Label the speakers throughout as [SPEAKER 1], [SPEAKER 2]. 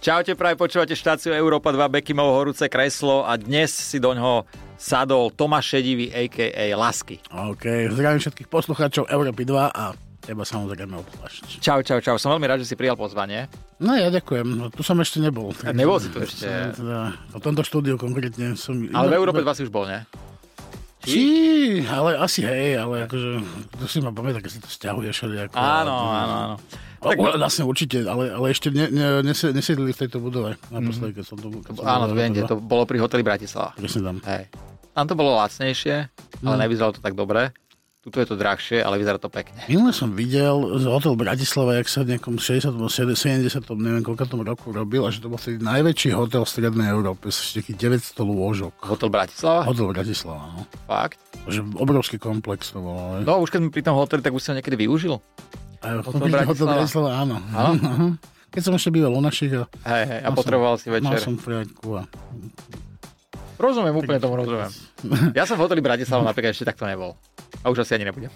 [SPEAKER 1] Čaute, práve počúvate štáciu Európa 2 Bekimovo horúce kreslo a dnes si doňho sadol Tomáš Šedivý, a.k.a. Lasky.
[SPEAKER 2] OK, zdravím všetkých poslucháčov Európy 2 a teba samozrejme obzvlášť.
[SPEAKER 1] Čau, čau, čau. Som veľmi rád, že si prijal pozvanie.
[SPEAKER 2] No ja ďakujem, no, tu som ešte nebol.
[SPEAKER 1] A nebol si tu ešte.
[SPEAKER 2] Teda, o tomto štúdiu konkrétne som...
[SPEAKER 1] Ale v
[SPEAKER 2] no.
[SPEAKER 1] Európe 2 si už bol, ne?
[SPEAKER 2] Či, ale asi hej, ale akože, to si ma pamätá, keď si to stiahuješ. Ako,
[SPEAKER 1] Áno,
[SPEAKER 2] no,
[SPEAKER 1] áno, áno.
[SPEAKER 2] Tak... Vlastne určite, ale, ale ešte ne, ne, nese- nesiedli v tejto budove. Naposledy, keď som tu... Keď som no.
[SPEAKER 1] Áno,
[SPEAKER 2] bol
[SPEAKER 1] viem, kde
[SPEAKER 2] na-
[SPEAKER 1] to bolo pri hoteli Bratislava.
[SPEAKER 2] Presne tam.
[SPEAKER 1] Hej. Tam to bolo lacnejšie, ale
[SPEAKER 2] Mm.
[SPEAKER 1] nevyzeralo to tak dobre. Tuto je to drahšie, ale vyzerá to pekne.
[SPEAKER 2] Minule som videl z hotel Bratislava, jak sa v nejakom 60. 70. neviem koľkatom roku robil a že to bol vtedy najväčší hotel v Strednej Európe, s nejakých 900 lôžok.
[SPEAKER 1] Hotel Bratislava?
[SPEAKER 2] Hotel Bratislava, no.
[SPEAKER 1] Fakt?
[SPEAKER 2] Že obrovský komplex to bolo. Ale...
[SPEAKER 1] No už keď sme pri tom hoteli, tak už si ho niekedy využil.
[SPEAKER 2] A
[SPEAKER 1] Hotel
[SPEAKER 2] konkrétne Hotel
[SPEAKER 1] Bratislava.
[SPEAKER 2] Bratislava, áno. Aha. Keď som ešte býval u našich a
[SPEAKER 1] Hej, hej, a
[SPEAKER 2] Mal som-
[SPEAKER 1] potreboval si
[SPEAKER 2] mal
[SPEAKER 1] večer.
[SPEAKER 2] som priateľku a
[SPEAKER 1] Rozumiem, úplne tomu rozumiem. Ja som v hoteli Bratislava napríklad ešte takto nebol. A už asi ani nebudem.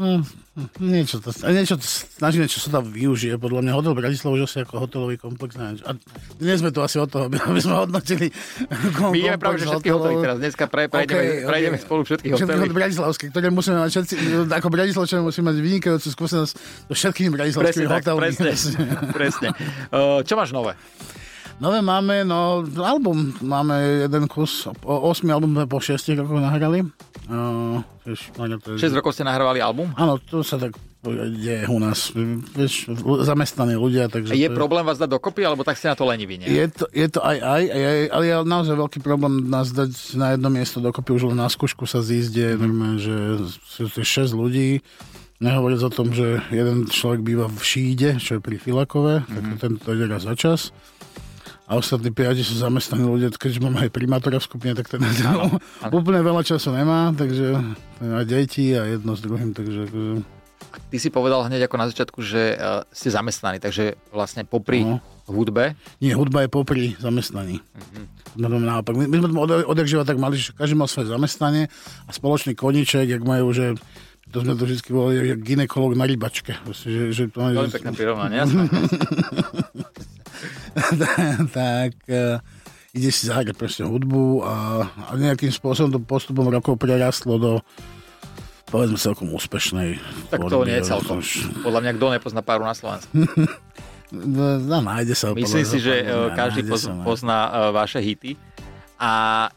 [SPEAKER 2] No, niečo to, niečo to snažíme, čo sa tam využije. Podľa mňa hotel Bratislava už asi ako hotelový komplex. neviem čo. A nie sme tu asi od toho, aby aby sme hodnotili kom-
[SPEAKER 1] My ideme práve že
[SPEAKER 2] komplex
[SPEAKER 1] všetky
[SPEAKER 2] hotelov.
[SPEAKER 1] hotely teraz. Dneska pre, prejdeme,
[SPEAKER 2] Okej,
[SPEAKER 1] prejdeme
[SPEAKER 2] okej.
[SPEAKER 1] spolu všetky
[SPEAKER 2] Všetky
[SPEAKER 1] hotely.
[SPEAKER 2] hotely bratislavské, ktoré musíme mať všetci, ako bratislavčania musíme mať vynikajúcu skúsenosť so všetkými
[SPEAKER 1] Presne
[SPEAKER 2] bratislavskými
[SPEAKER 1] tak,
[SPEAKER 2] hotelmi.
[SPEAKER 1] presne. presne. Uh, čo máš nové?
[SPEAKER 2] Nové máme, no album máme jeden kus, o, 8 album sme po 6 rokoch nahrali. Uh, tiež,
[SPEAKER 1] 6 rokov ste nahrávali album?
[SPEAKER 2] Áno, to sa tak deje u nás. Vieš, l- zamestnaní ľudia, takže...
[SPEAKER 1] Je
[SPEAKER 2] to
[SPEAKER 1] problém vás dať dokopy, alebo tak ste na to leniví, nie?
[SPEAKER 2] Je to, je to aj, aj, aj, aj, ale je naozaj veľký problém nás dať na jedno miesto dokopy, už len na skúšku sa zísť, je normálne, že sú to 6 ľudí, nehovoriac o tom, že jeden človek býva v Šíde, čo je pri Filakove, mm-hmm. tak ten to ide raz za čas. A ostatní piati sú zamestnaní ľudia, keďže mám aj primátora v skupine, tak ten úplne veľa času nemá, takže ten má deti a jedno s druhým, takže... akože-
[SPEAKER 1] Ty si povedal hneď ako na začiatku, že uh, ste zamestnaní, takže vlastne popri
[SPEAKER 2] No.
[SPEAKER 1] hudbe,
[SPEAKER 2] Nie, hudba je popri zamestnaní.
[SPEAKER 1] Mhm.
[SPEAKER 2] Mm-hmm. Naopak. My, my sme to od, odjak živa tak mali, že každý mal svoje zamestnanie a spoločný koniček, jak majú, že to sme to vždy volali, že ginekolog na rybačke. Proste, že, že to,
[SPEAKER 1] veľmi
[SPEAKER 2] že,
[SPEAKER 1] pekné prirovnanie, jasné.
[SPEAKER 2] tak e, ide si zahrať proste hudbu a, a nejakým spôsobom to postupom rokov prerastlo do povedzme celkom úspešnej
[SPEAKER 1] Tak to nie je celkom.
[SPEAKER 2] Už-
[SPEAKER 1] Podľa mňa, kto nepozná páru na Slovensku.
[SPEAKER 2] No, nájde sa.
[SPEAKER 1] Myslím
[SPEAKER 2] podľa-
[SPEAKER 1] si, že eh,
[SPEAKER 2] podľa mňa,
[SPEAKER 1] každý
[SPEAKER 2] nájde
[SPEAKER 1] poz,
[SPEAKER 2] sa, no.
[SPEAKER 1] pozná eh, vaše hity. A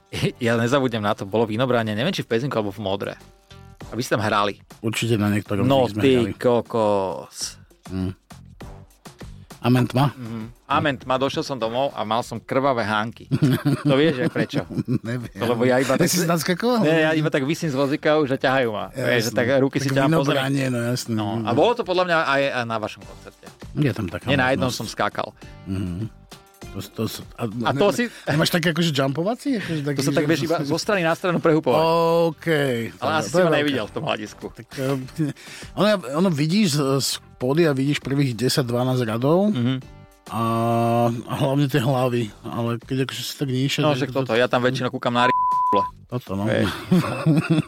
[SPEAKER 1] ja nezabudnem na to, bolo Vinobranie, neviem, či v Pezinku alebo v Modre. A vy ste tam hrali.
[SPEAKER 2] Určite na niektorom
[SPEAKER 1] No
[SPEAKER 2] z nich sme
[SPEAKER 1] ty
[SPEAKER 2] hrali.
[SPEAKER 1] kokos.
[SPEAKER 2] Amen tma?
[SPEAKER 1] Amen, ma došiel som domov a mal som krvavé hánky. To vieš, že prečo?
[SPEAKER 2] Neviem.
[SPEAKER 1] To lebo ja iba
[SPEAKER 2] Ty
[SPEAKER 1] tak...
[SPEAKER 2] si naskakoval?
[SPEAKER 1] Ne, ja iba tak vysím z vozíka, už a ťahajú ma. Vieš, že tak ruky si ťahám po zemi.
[SPEAKER 2] Vynobranie, no jasné.
[SPEAKER 1] No, a bolo to podľa mňa aj aj na vašom koncerte.
[SPEAKER 2] Je tam taká
[SPEAKER 1] Nie, na jednom
[SPEAKER 2] možnosť.
[SPEAKER 1] som skákal.
[SPEAKER 2] To, to, sa- a,
[SPEAKER 1] A to si-
[SPEAKER 2] Nemáš také akože jumpovací? Akože taký,
[SPEAKER 1] To sa tak
[SPEAKER 2] že-
[SPEAKER 1] vieš iba zo strany na stranu prehupovať.
[SPEAKER 2] OK.
[SPEAKER 1] Ale asi si
[SPEAKER 2] To je
[SPEAKER 1] ma
[SPEAKER 2] veľké.
[SPEAKER 1] nevidel v tom hľadisku.
[SPEAKER 2] Tak, eh, ono, ono vidíš z, z pódia, vidíš prvých 10-12 radov
[SPEAKER 1] Mhm.
[SPEAKER 2] a, a hlavne tie hlavy. Ale keď akože si tak níšia...
[SPEAKER 1] No však
[SPEAKER 2] tak to-
[SPEAKER 1] toto, ja tam väčšinou kúkam na r***,
[SPEAKER 2] Toto, no.
[SPEAKER 1] vieš.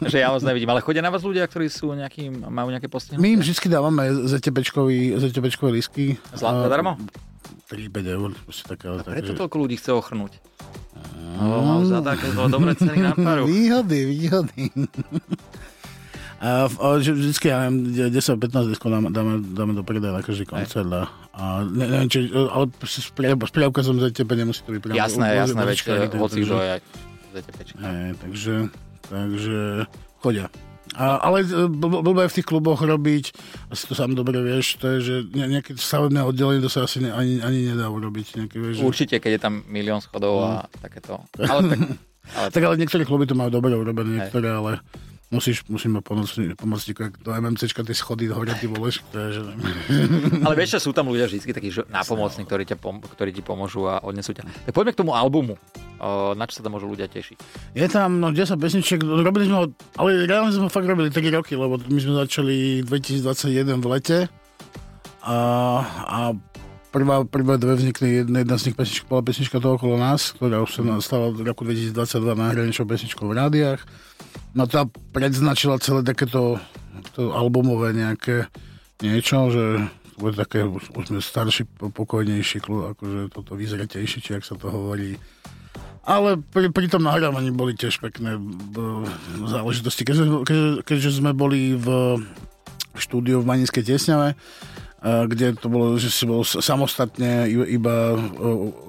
[SPEAKER 1] že ja vás nevidím, ale chodia na vás ľudia, ktorí sú nejaký, majú nejaké postihnutie.
[SPEAKER 2] My im vždy dávame ZTPčkový- ZTPčkové lístky.
[SPEAKER 1] Zlato
[SPEAKER 2] A- Mm.
[SPEAKER 1] zadarmo?
[SPEAKER 2] 3-5 eur, proste také. A
[SPEAKER 1] Preto toľko ľudí chce ochrnúť. No, mám za také to dobré ceny na paru.
[SPEAKER 2] Výhody, výhody. A v, a že vždycky, ja neviem, 10-15 diskov dáme, dáme, dáme do predaja na každý koncert. A, a ne, neviem, či, ale proste s prie- s preukazom za tebe nemusí to byť. priamo u- u-
[SPEAKER 1] Jasné, jasné, veď
[SPEAKER 2] značka,
[SPEAKER 1] eh,
[SPEAKER 2] takže-
[SPEAKER 1] hoci kto je aj ZTPčka.
[SPEAKER 2] Hej, takže, takže chodia. A, ale e, bl- blbé je v tých kluboch robiť, asi to sám dobre vieš, to je, že ne- nejaké stavebné oddelenie to sa asi ne, ani, ani nedá urobiť. Nejaké, vieš, že-
[SPEAKER 1] Určite, keď je tam milión schodov a
[SPEAKER 2] Mm.
[SPEAKER 1] takéto. Ale tak, ale
[SPEAKER 2] Tak ale niektoré kluby to majú dobre urobené, niektoré, ale musíš, musíme pomôcť, pomôcť ti, ak do MMCčka tie schody hore, ty voleš, to je, že...
[SPEAKER 1] Ale vieš, čo, sú tam ľudia vždy takí že nápomocní,
[SPEAKER 2] no.
[SPEAKER 1] ktorí, ťa pom- ktorí ti pomôžu a odnesú ťa. Tak poďme k tomu albumu. O, na čo sa tam môžu ľudia tešiť?
[SPEAKER 2] Je tam, no, 10 pesničiek, robili sme ho, ale reálne sme ho fakt robili 3 roky, lebo my sme začali 2021 v lete a, a prvá, prvá dve vznikli, jedna, jedna z nich pesnička, bola pesnička to okolo nás, ktorá už sa nám stala v roku 2022 najhranejšou pesničkou v rádiách. No tá predznačila celé takéto to albumové nejaké niečo, že skôr také, už, už sme starší, po- pokojnejší, kľú- akože toto vyzretejšie, či ak sa to hovorí. Ale pri, pri tom nahrávaní boli tiež pekné b, záležitosti. Keďže, keďže, keďže sme boli v štúdiu v Maninskej Tiesňave, a kde to bolo, že si bol s- samostatne i- iba e,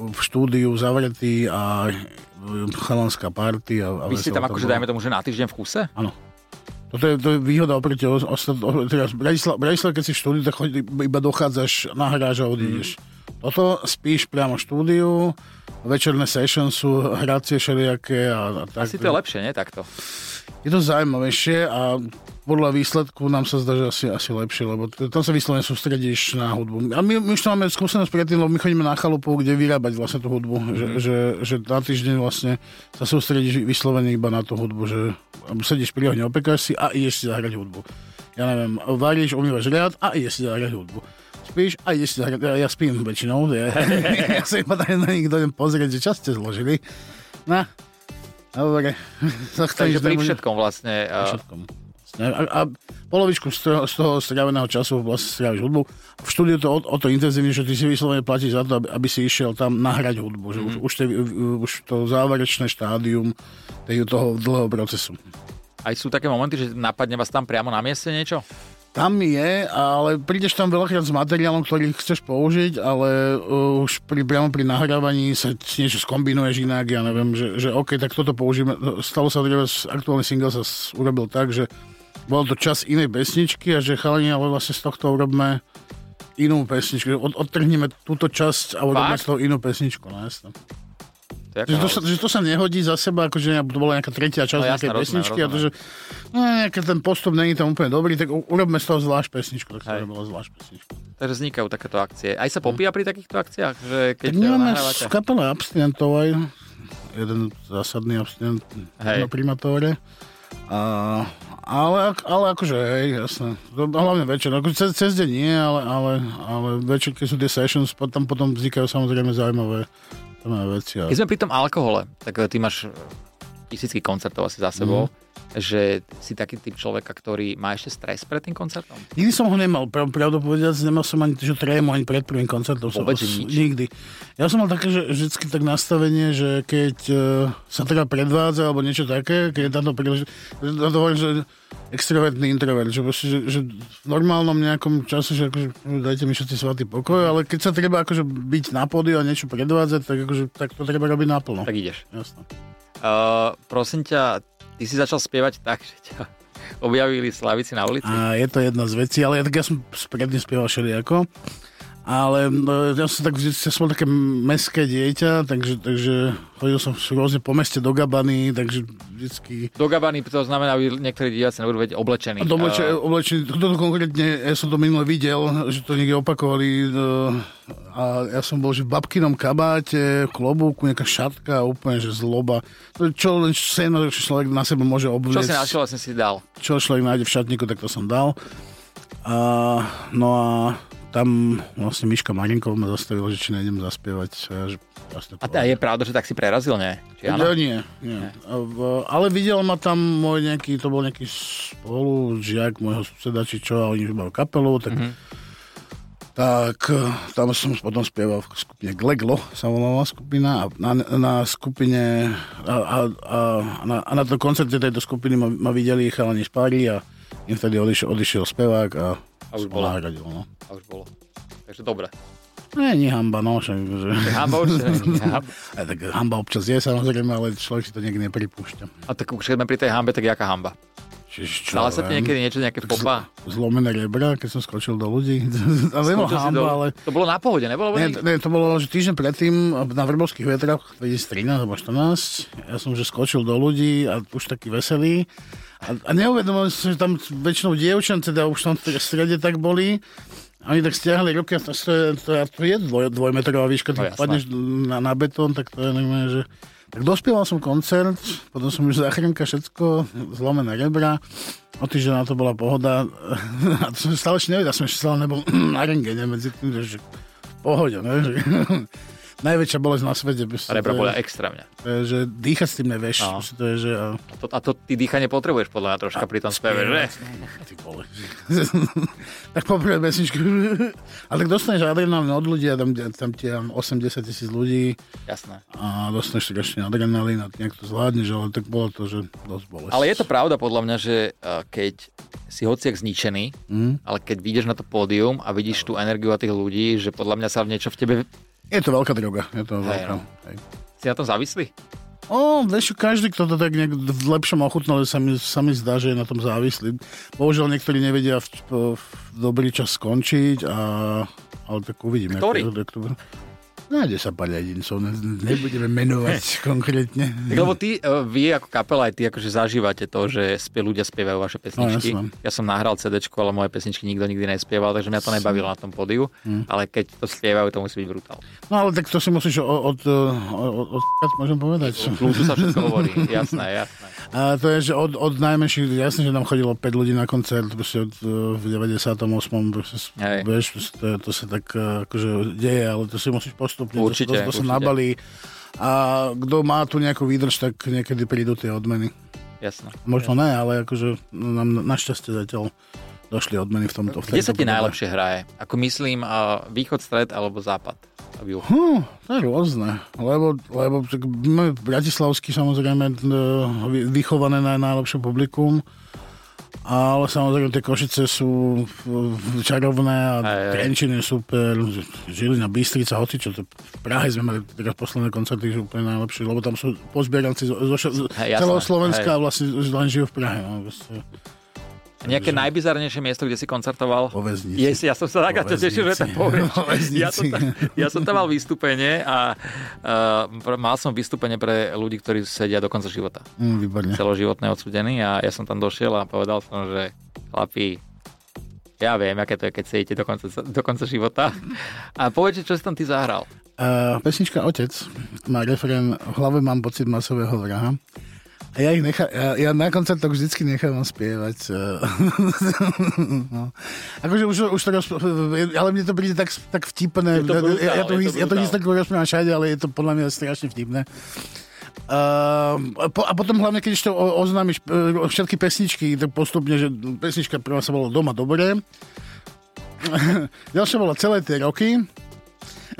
[SPEAKER 2] v štúdiu zavretý a e, chalanská party. A, a
[SPEAKER 1] Vy ste
[SPEAKER 2] veselo
[SPEAKER 1] tam akože,
[SPEAKER 2] bolo.
[SPEAKER 1] dajme tomu, že na týždeň v kuse?
[SPEAKER 2] Áno. Toto je, to je výhoda oproti os- ostat- o- teraz Bratislav, Bratislav, keď si v štúdiu, tak chodí, iba dochádzaš, nahráš a odídeš.
[SPEAKER 1] Mm.
[SPEAKER 2] Toto spíš priamo v štúdiu, večerné session sú hracie všelijaké a, a tak.
[SPEAKER 1] Asi to je lepšie, nie? Takto.
[SPEAKER 2] Je to zaujímavejšie a podľa výsledku nám sa zdá, že asi, asi lepšie, lebo t- tam sa vyslovene sústredíš na hudbu. A my, my už tam máme skúsenosť predtým, lebo my chodíme na chalupu, kde vyrábať vlastne tú hudbu,
[SPEAKER 1] Mhm.
[SPEAKER 2] že, že, že na týždeň vlastne sa sústredíš vyslovene iba na tú hudbu, že sedíš pri ohni, opekáš si a ideš si zahrať hudbu. Ja neviem, varíš, umývaš riad a ideš si zahrať hudbu. Spíš a ideš si zahrať, ja, ja spím väčšinou, ja, ja sa iba tak na nikto idem pozrieť, že čas ste zložili. Na, dobre. Tohto
[SPEAKER 1] Takže
[SPEAKER 2] nič
[SPEAKER 1] pri
[SPEAKER 2] nebude
[SPEAKER 1] všetkom vlastne... Uh,
[SPEAKER 2] všetkom. Vlastne. A, a polovičku z toho, z toho stráveného času vlastne stráviš hudbu. V štúdiu to o, o to intenzívne, že ty si vyslovene platíš za to, aby, aby si išiel tam nahrať hudbu. Že mm. už, už, te, už to záverečné štádium tej, toho dlhého procesu.
[SPEAKER 1] aj sú také momenty, že napadne vás tam priamo na mieste niečo?
[SPEAKER 2] Tam je, ale prídeš tam veľakrát s materiálom, ktorý chceš použiť, ale uh, už pri, priamo pri nahrávaní sa ti niečo skombinuješ inak, ja neviem, že, že OK, tak toto použijeme. No, Stalo sa treba, aktuálny single sa s- urobil tak, že bol to čas inej pesničky a že chalani, ale vlastne z tohto urobme inú pesničku. Od, odtrhneme túto časť a urobíme
[SPEAKER 1] Fakt?
[SPEAKER 2] z toho inú pesničku. No, jasné.
[SPEAKER 1] To je
[SPEAKER 2] Že
[SPEAKER 1] aká
[SPEAKER 2] to, sa, že to sa nehodí za seba, akože nejak- to bola nejaká tretia časť
[SPEAKER 1] No
[SPEAKER 2] no,
[SPEAKER 1] jasné,
[SPEAKER 2] nejakej
[SPEAKER 1] rozumiem,
[SPEAKER 2] pesničky a to, že
[SPEAKER 1] rozumiem.
[SPEAKER 2] no, nejaký ten postup není tam úplne dobrý, tak u- urobme z toho zvlášť pesničku. Tak
[SPEAKER 1] Hej.
[SPEAKER 2] to bola zvlášť pesničku.
[SPEAKER 1] Takže vznikajú takéto akcie. Aj sa popíja pri takýchto akciách, že keď teda
[SPEAKER 2] Tak my máme
[SPEAKER 1] nahrávate?
[SPEAKER 2] z kapele abstinentov aj jeden zásadný abstinent
[SPEAKER 1] Hej.
[SPEAKER 2] na primatore. A, ale, ak- ale akože, hej, jasné. To, hlavne večer. Ako cez, cez deň nie, ale, ale, ale večer, keď sú tie sessions, po- tam potom vznikajú samozrejme zaujímavé, zaujímavé veci. A...
[SPEAKER 1] Keď sme pri tom alkohole, tak e, ty máš e, tisícky koncertov asi
[SPEAKER 2] Mhm.
[SPEAKER 1] za sebou, že si taký typ človeka, ktorý má ešte stres pred tým koncertom.
[SPEAKER 2] Nikdy som ho nemal, prav, pravdu povediac, nemal som ani že trému, ani pred prvým koncertom. Som,
[SPEAKER 1] Vôbec
[SPEAKER 2] s-
[SPEAKER 1] nič?
[SPEAKER 2] Nikdy. Ja som mal také, že vždycky tak nastavenie, že keď uh, sa teda predvádza alebo niečo také, keď je táto príležitosť, to hovorím, že extrovertný introvert, že, proste, že, že v normálnom nejakom čase, že akože, no, dajte mi všetci svatý pokoj, ale keď sa treba akože byť na pódiu a niečo predvádzať, tak, akože, tak to treba robiť naplno.
[SPEAKER 1] Tak ideš.
[SPEAKER 2] Jasné.
[SPEAKER 1] Uh, prosím ťa, ty si začal spievať tak, že ťa objavili slavici na ulici.
[SPEAKER 2] A je to jedna z vecí, ale ja, tak ja som predtým spieval všelijako. Ale no, ja som tak, vždy- ja som bol také meské dieťa, takže, takže chodil som rôzne po meste do Gabany, takže vždycky...
[SPEAKER 1] Do Gabany, to znamená, že niektorí diváci nebudú vedieť oblečení.
[SPEAKER 2] A to obleče,
[SPEAKER 1] Eh,
[SPEAKER 2] oblečenie, toto konkrétne, ja som to minule videl, že to niekde opakovali no, a ja som bol, že v babkinom kabáte, v klobúku, nejaká šatka, úplne, že zloba. To je čo len seno, čo človek na seba môže
[SPEAKER 1] čo
[SPEAKER 2] obvliecť.
[SPEAKER 1] si našiel, vlastne si dal.
[SPEAKER 2] čo človek nájde v šatníku, tak to som dal. A, no a tam vlastne Miška Marinkov ma zastavila, že či nejdem zaspievať. A, ja, že, jasne,
[SPEAKER 1] A teda je pravda, že tak si prerazil, nie? Či áno?
[SPEAKER 2] ja, nie, nie. A v, ale videl ma tam môj nejaký, to bol nejaký spolužiak môjho suseda, či čo, a oni už mali kapelu, tak,
[SPEAKER 1] Mhm.
[SPEAKER 2] mm-hmm. tak eh, tam som potom spieval v skupine Gleglo, sa volala skupina, a na, na skupine, a, a, a, a na, a na to koncerte tejto skupiny ma, ma videli chalani z Pári a im vtedy odišiel, odišiel spevák a,
[SPEAKER 1] A už
[SPEAKER 2] som
[SPEAKER 1] bolo.
[SPEAKER 2] nahradil, no.
[SPEAKER 1] A už bolo. Takže dobre.
[SPEAKER 2] Nie, nie hamba, no, však, že...
[SPEAKER 1] Hamba určite nie, hamba.
[SPEAKER 2] Aj tak hamba občas je samozrejme, ale človek si to niekde nepripúšťa.
[SPEAKER 1] A tak už keď sme pri tej hambe, tak jaká hamba?
[SPEAKER 2] Čiže čo
[SPEAKER 1] Stala sa
[SPEAKER 2] ja
[SPEAKER 1] ti
[SPEAKER 2] viem.
[SPEAKER 1] niekedy niečo, nejaké popa?
[SPEAKER 2] Zlomené rebra, keď som skočil do ľudí. A nemo
[SPEAKER 1] Skočil si
[SPEAKER 2] hamba,
[SPEAKER 1] do-
[SPEAKER 2] ale...
[SPEAKER 1] To bolo na pohode, nebolo?
[SPEAKER 2] Nie,
[SPEAKER 1] veľmi-
[SPEAKER 2] to- nie, to bolo, že týždeň predtým na Vrbovských vetrách 2013 alebo 14, ja som že skočil do ľudí a už taký veselý. A, a neuvedomil som, si, že tam väčšinou dievčence, teda už tam v tej strede tak boli, a oni tak stiahli ruky a to, to, je- to, je- to je dvoj, dvojmetrová výška,
[SPEAKER 1] No jasné.
[SPEAKER 2] tak padneš na, na betón, tak to je normálne, že... Tak dospieval som koncert, potom som už záchranka, všetko, zlomené rebra. O týždeň na to bola pohoda. A to som stále ešte nevedel, ja som ešte stále nebol na rengene medzi tým, že že v pohode, ne? Že- najväčšia bolesť na svete. proste
[SPEAKER 1] Rebra
[SPEAKER 2] to je-
[SPEAKER 1] bolia extra mňa.
[SPEAKER 2] to je, Že dýchať s tým nevieš.
[SPEAKER 1] No.
[SPEAKER 2] proste To je, že... a-
[SPEAKER 1] A to, a to ty dýchanie potrebuješ podľa mňa troška pri tom speve, že?
[SPEAKER 2] Ty vole. tak poprvé pesničku. Ale tak dostaneš adrenalín od ľudí a tam, tam ti je 80 tisíc ľudí
[SPEAKER 1] Jasné.
[SPEAKER 2] a dostaneš tak ešte adrenalín a ty nejak to zvládneš, ale tak bolo to, že dosť bolesť.
[SPEAKER 1] Ale je to pravda podľa mňa, že eh, keď si hociak zničený,
[SPEAKER 2] Mm.
[SPEAKER 1] ale keď vyjdeš na to pódium a vidíš tú energiu a tých ľudí, že podľa mňa sa v niečo v tebe...
[SPEAKER 2] Je to veľká droga. Je to veľká.
[SPEAKER 1] no.
[SPEAKER 2] Hej.
[SPEAKER 1] Si na tom závislý?
[SPEAKER 2] O, vieš, čo, každý, kto to tak nejak v lepšom ochutnal, sa mi, sa mi zdá, že je na tom závislý. Bohužiaľ, niektorí nevedia v, v dobrý čas skončiť, a, ale tak uvidíme.
[SPEAKER 1] Ktorý?
[SPEAKER 2] Ako, to- ako to- Nájde sa pár jedincov, ne, nebudeme menovať konkrétne.
[SPEAKER 1] Tak, lebo ty, eh, vy ako kapela, aj ty akože zažívate to, že spie, ľudia spievajú vaše pesničky.
[SPEAKER 2] No,
[SPEAKER 1] ja som nahral CD, ale moje pesničky nikto nikdy nespieval, takže mňa to nebavilo na tom pódiu, ale keď to spievajú, to musí byť brutál.
[SPEAKER 2] No ale tak to si musíš od, od, od, od, od môžem povedať.
[SPEAKER 1] Kľúču sa všetko hovorí, jasné, jasné.
[SPEAKER 2] A to je, že od, od najmenších, jasne, že tam chodilo 5 ľudí na koncert, proste od, e, v 98. Proste, s-
[SPEAKER 1] Hej.
[SPEAKER 2] vieš, proste, to, to sa tak e, akože deje, ale to si musíš postupne, to-
[SPEAKER 1] Určite,
[SPEAKER 2] to, to, sa
[SPEAKER 1] určite.
[SPEAKER 2] nabalí. A kto má tu nejakú výdrž, tak niekedy prídu tie odmeny.
[SPEAKER 1] jasné.
[SPEAKER 2] Možno ne, ale akože nám našťastie zatiaľ došli odmeny v tomto. v
[SPEAKER 1] Kde sa ti
[SPEAKER 2] tejto podobe.
[SPEAKER 1] najlepšie hraje? Ako myslím, a východ, stred alebo západ? A juh.
[SPEAKER 2] Hm, to je rôzne, lebo, lebo tak máme bratislavský samozrejme e, vy- vychované na najlepšie publikum, ale samozrejme tie Košice sú e, čarovné a
[SPEAKER 1] Aj, aj.
[SPEAKER 2] Trenčín je super, Žilina, Bystrica, hocičo, to v Prahe sme mali teraz posledné koncerty, že úplne najlepšie, lebo tam sú pozbieranci zo, zo, zo
[SPEAKER 1] Hej, jasné,
[SPEAKER 2] celého Slovenska
[SPEAKER 1] hej.
[SPEAKER 2] a vlastne už len žijú v Prahe. No, proste,
[SPEAKER 1] A Nejaké najbizarnejšie miesto, kde si koncertoval?
[SPEAKER 2] po väznici.
[SPEAKER 1] Yes, ja som sa tak na to tešil, že to
[SPEAKER 2] Väznici.
[SPEAKER 1] povieš.
[SPEAKER 2] Väznici.
[SPEAKER 1] Ja som, tam, ja som tam mal vystúpenie a uh, pr- mal som vystúpenie pre ľudí, ktorí sedia do konca života.
[SPEAKER 2] Mm, výborne.
[SPEAKER 1] Celoživotné odsudení a ja som tam došiel a povedal som, že chlapi, ja viem, aké to je, keď sedíte do konca, do konca života. A povedz, čo si tam ty zahral.
[SPEAKER 2] Uh, pesnička Otec má refrén V hlave mám pocit masového vraha. A ja, ich nechá, ja, ja na koncertoch vždycky nechávam spievať. eh, no. Akože už, už to rozpr- ale mne to príde tak, tak vtipné.
[SPEAKER 1] Je to brutál,
[SPEAKER 2] ja, ja,
[SPEAKER 1] je
[SPEAKER 2] to,
[SPEAKER 1] to
[SPEAKER 2] his- ja to
[SPEAKER 1] brutál.
[SPEAKER 2] historiku rozprávam všade, ale je to podľa mňa strašne vtipné. Ehm, a po, a potom hlavne, keď ešte o- oznámiš e, všetky pesničky, tak postupne, že pesnička prvá sa volala Doma dobre, ďalšia bola celé tie roky.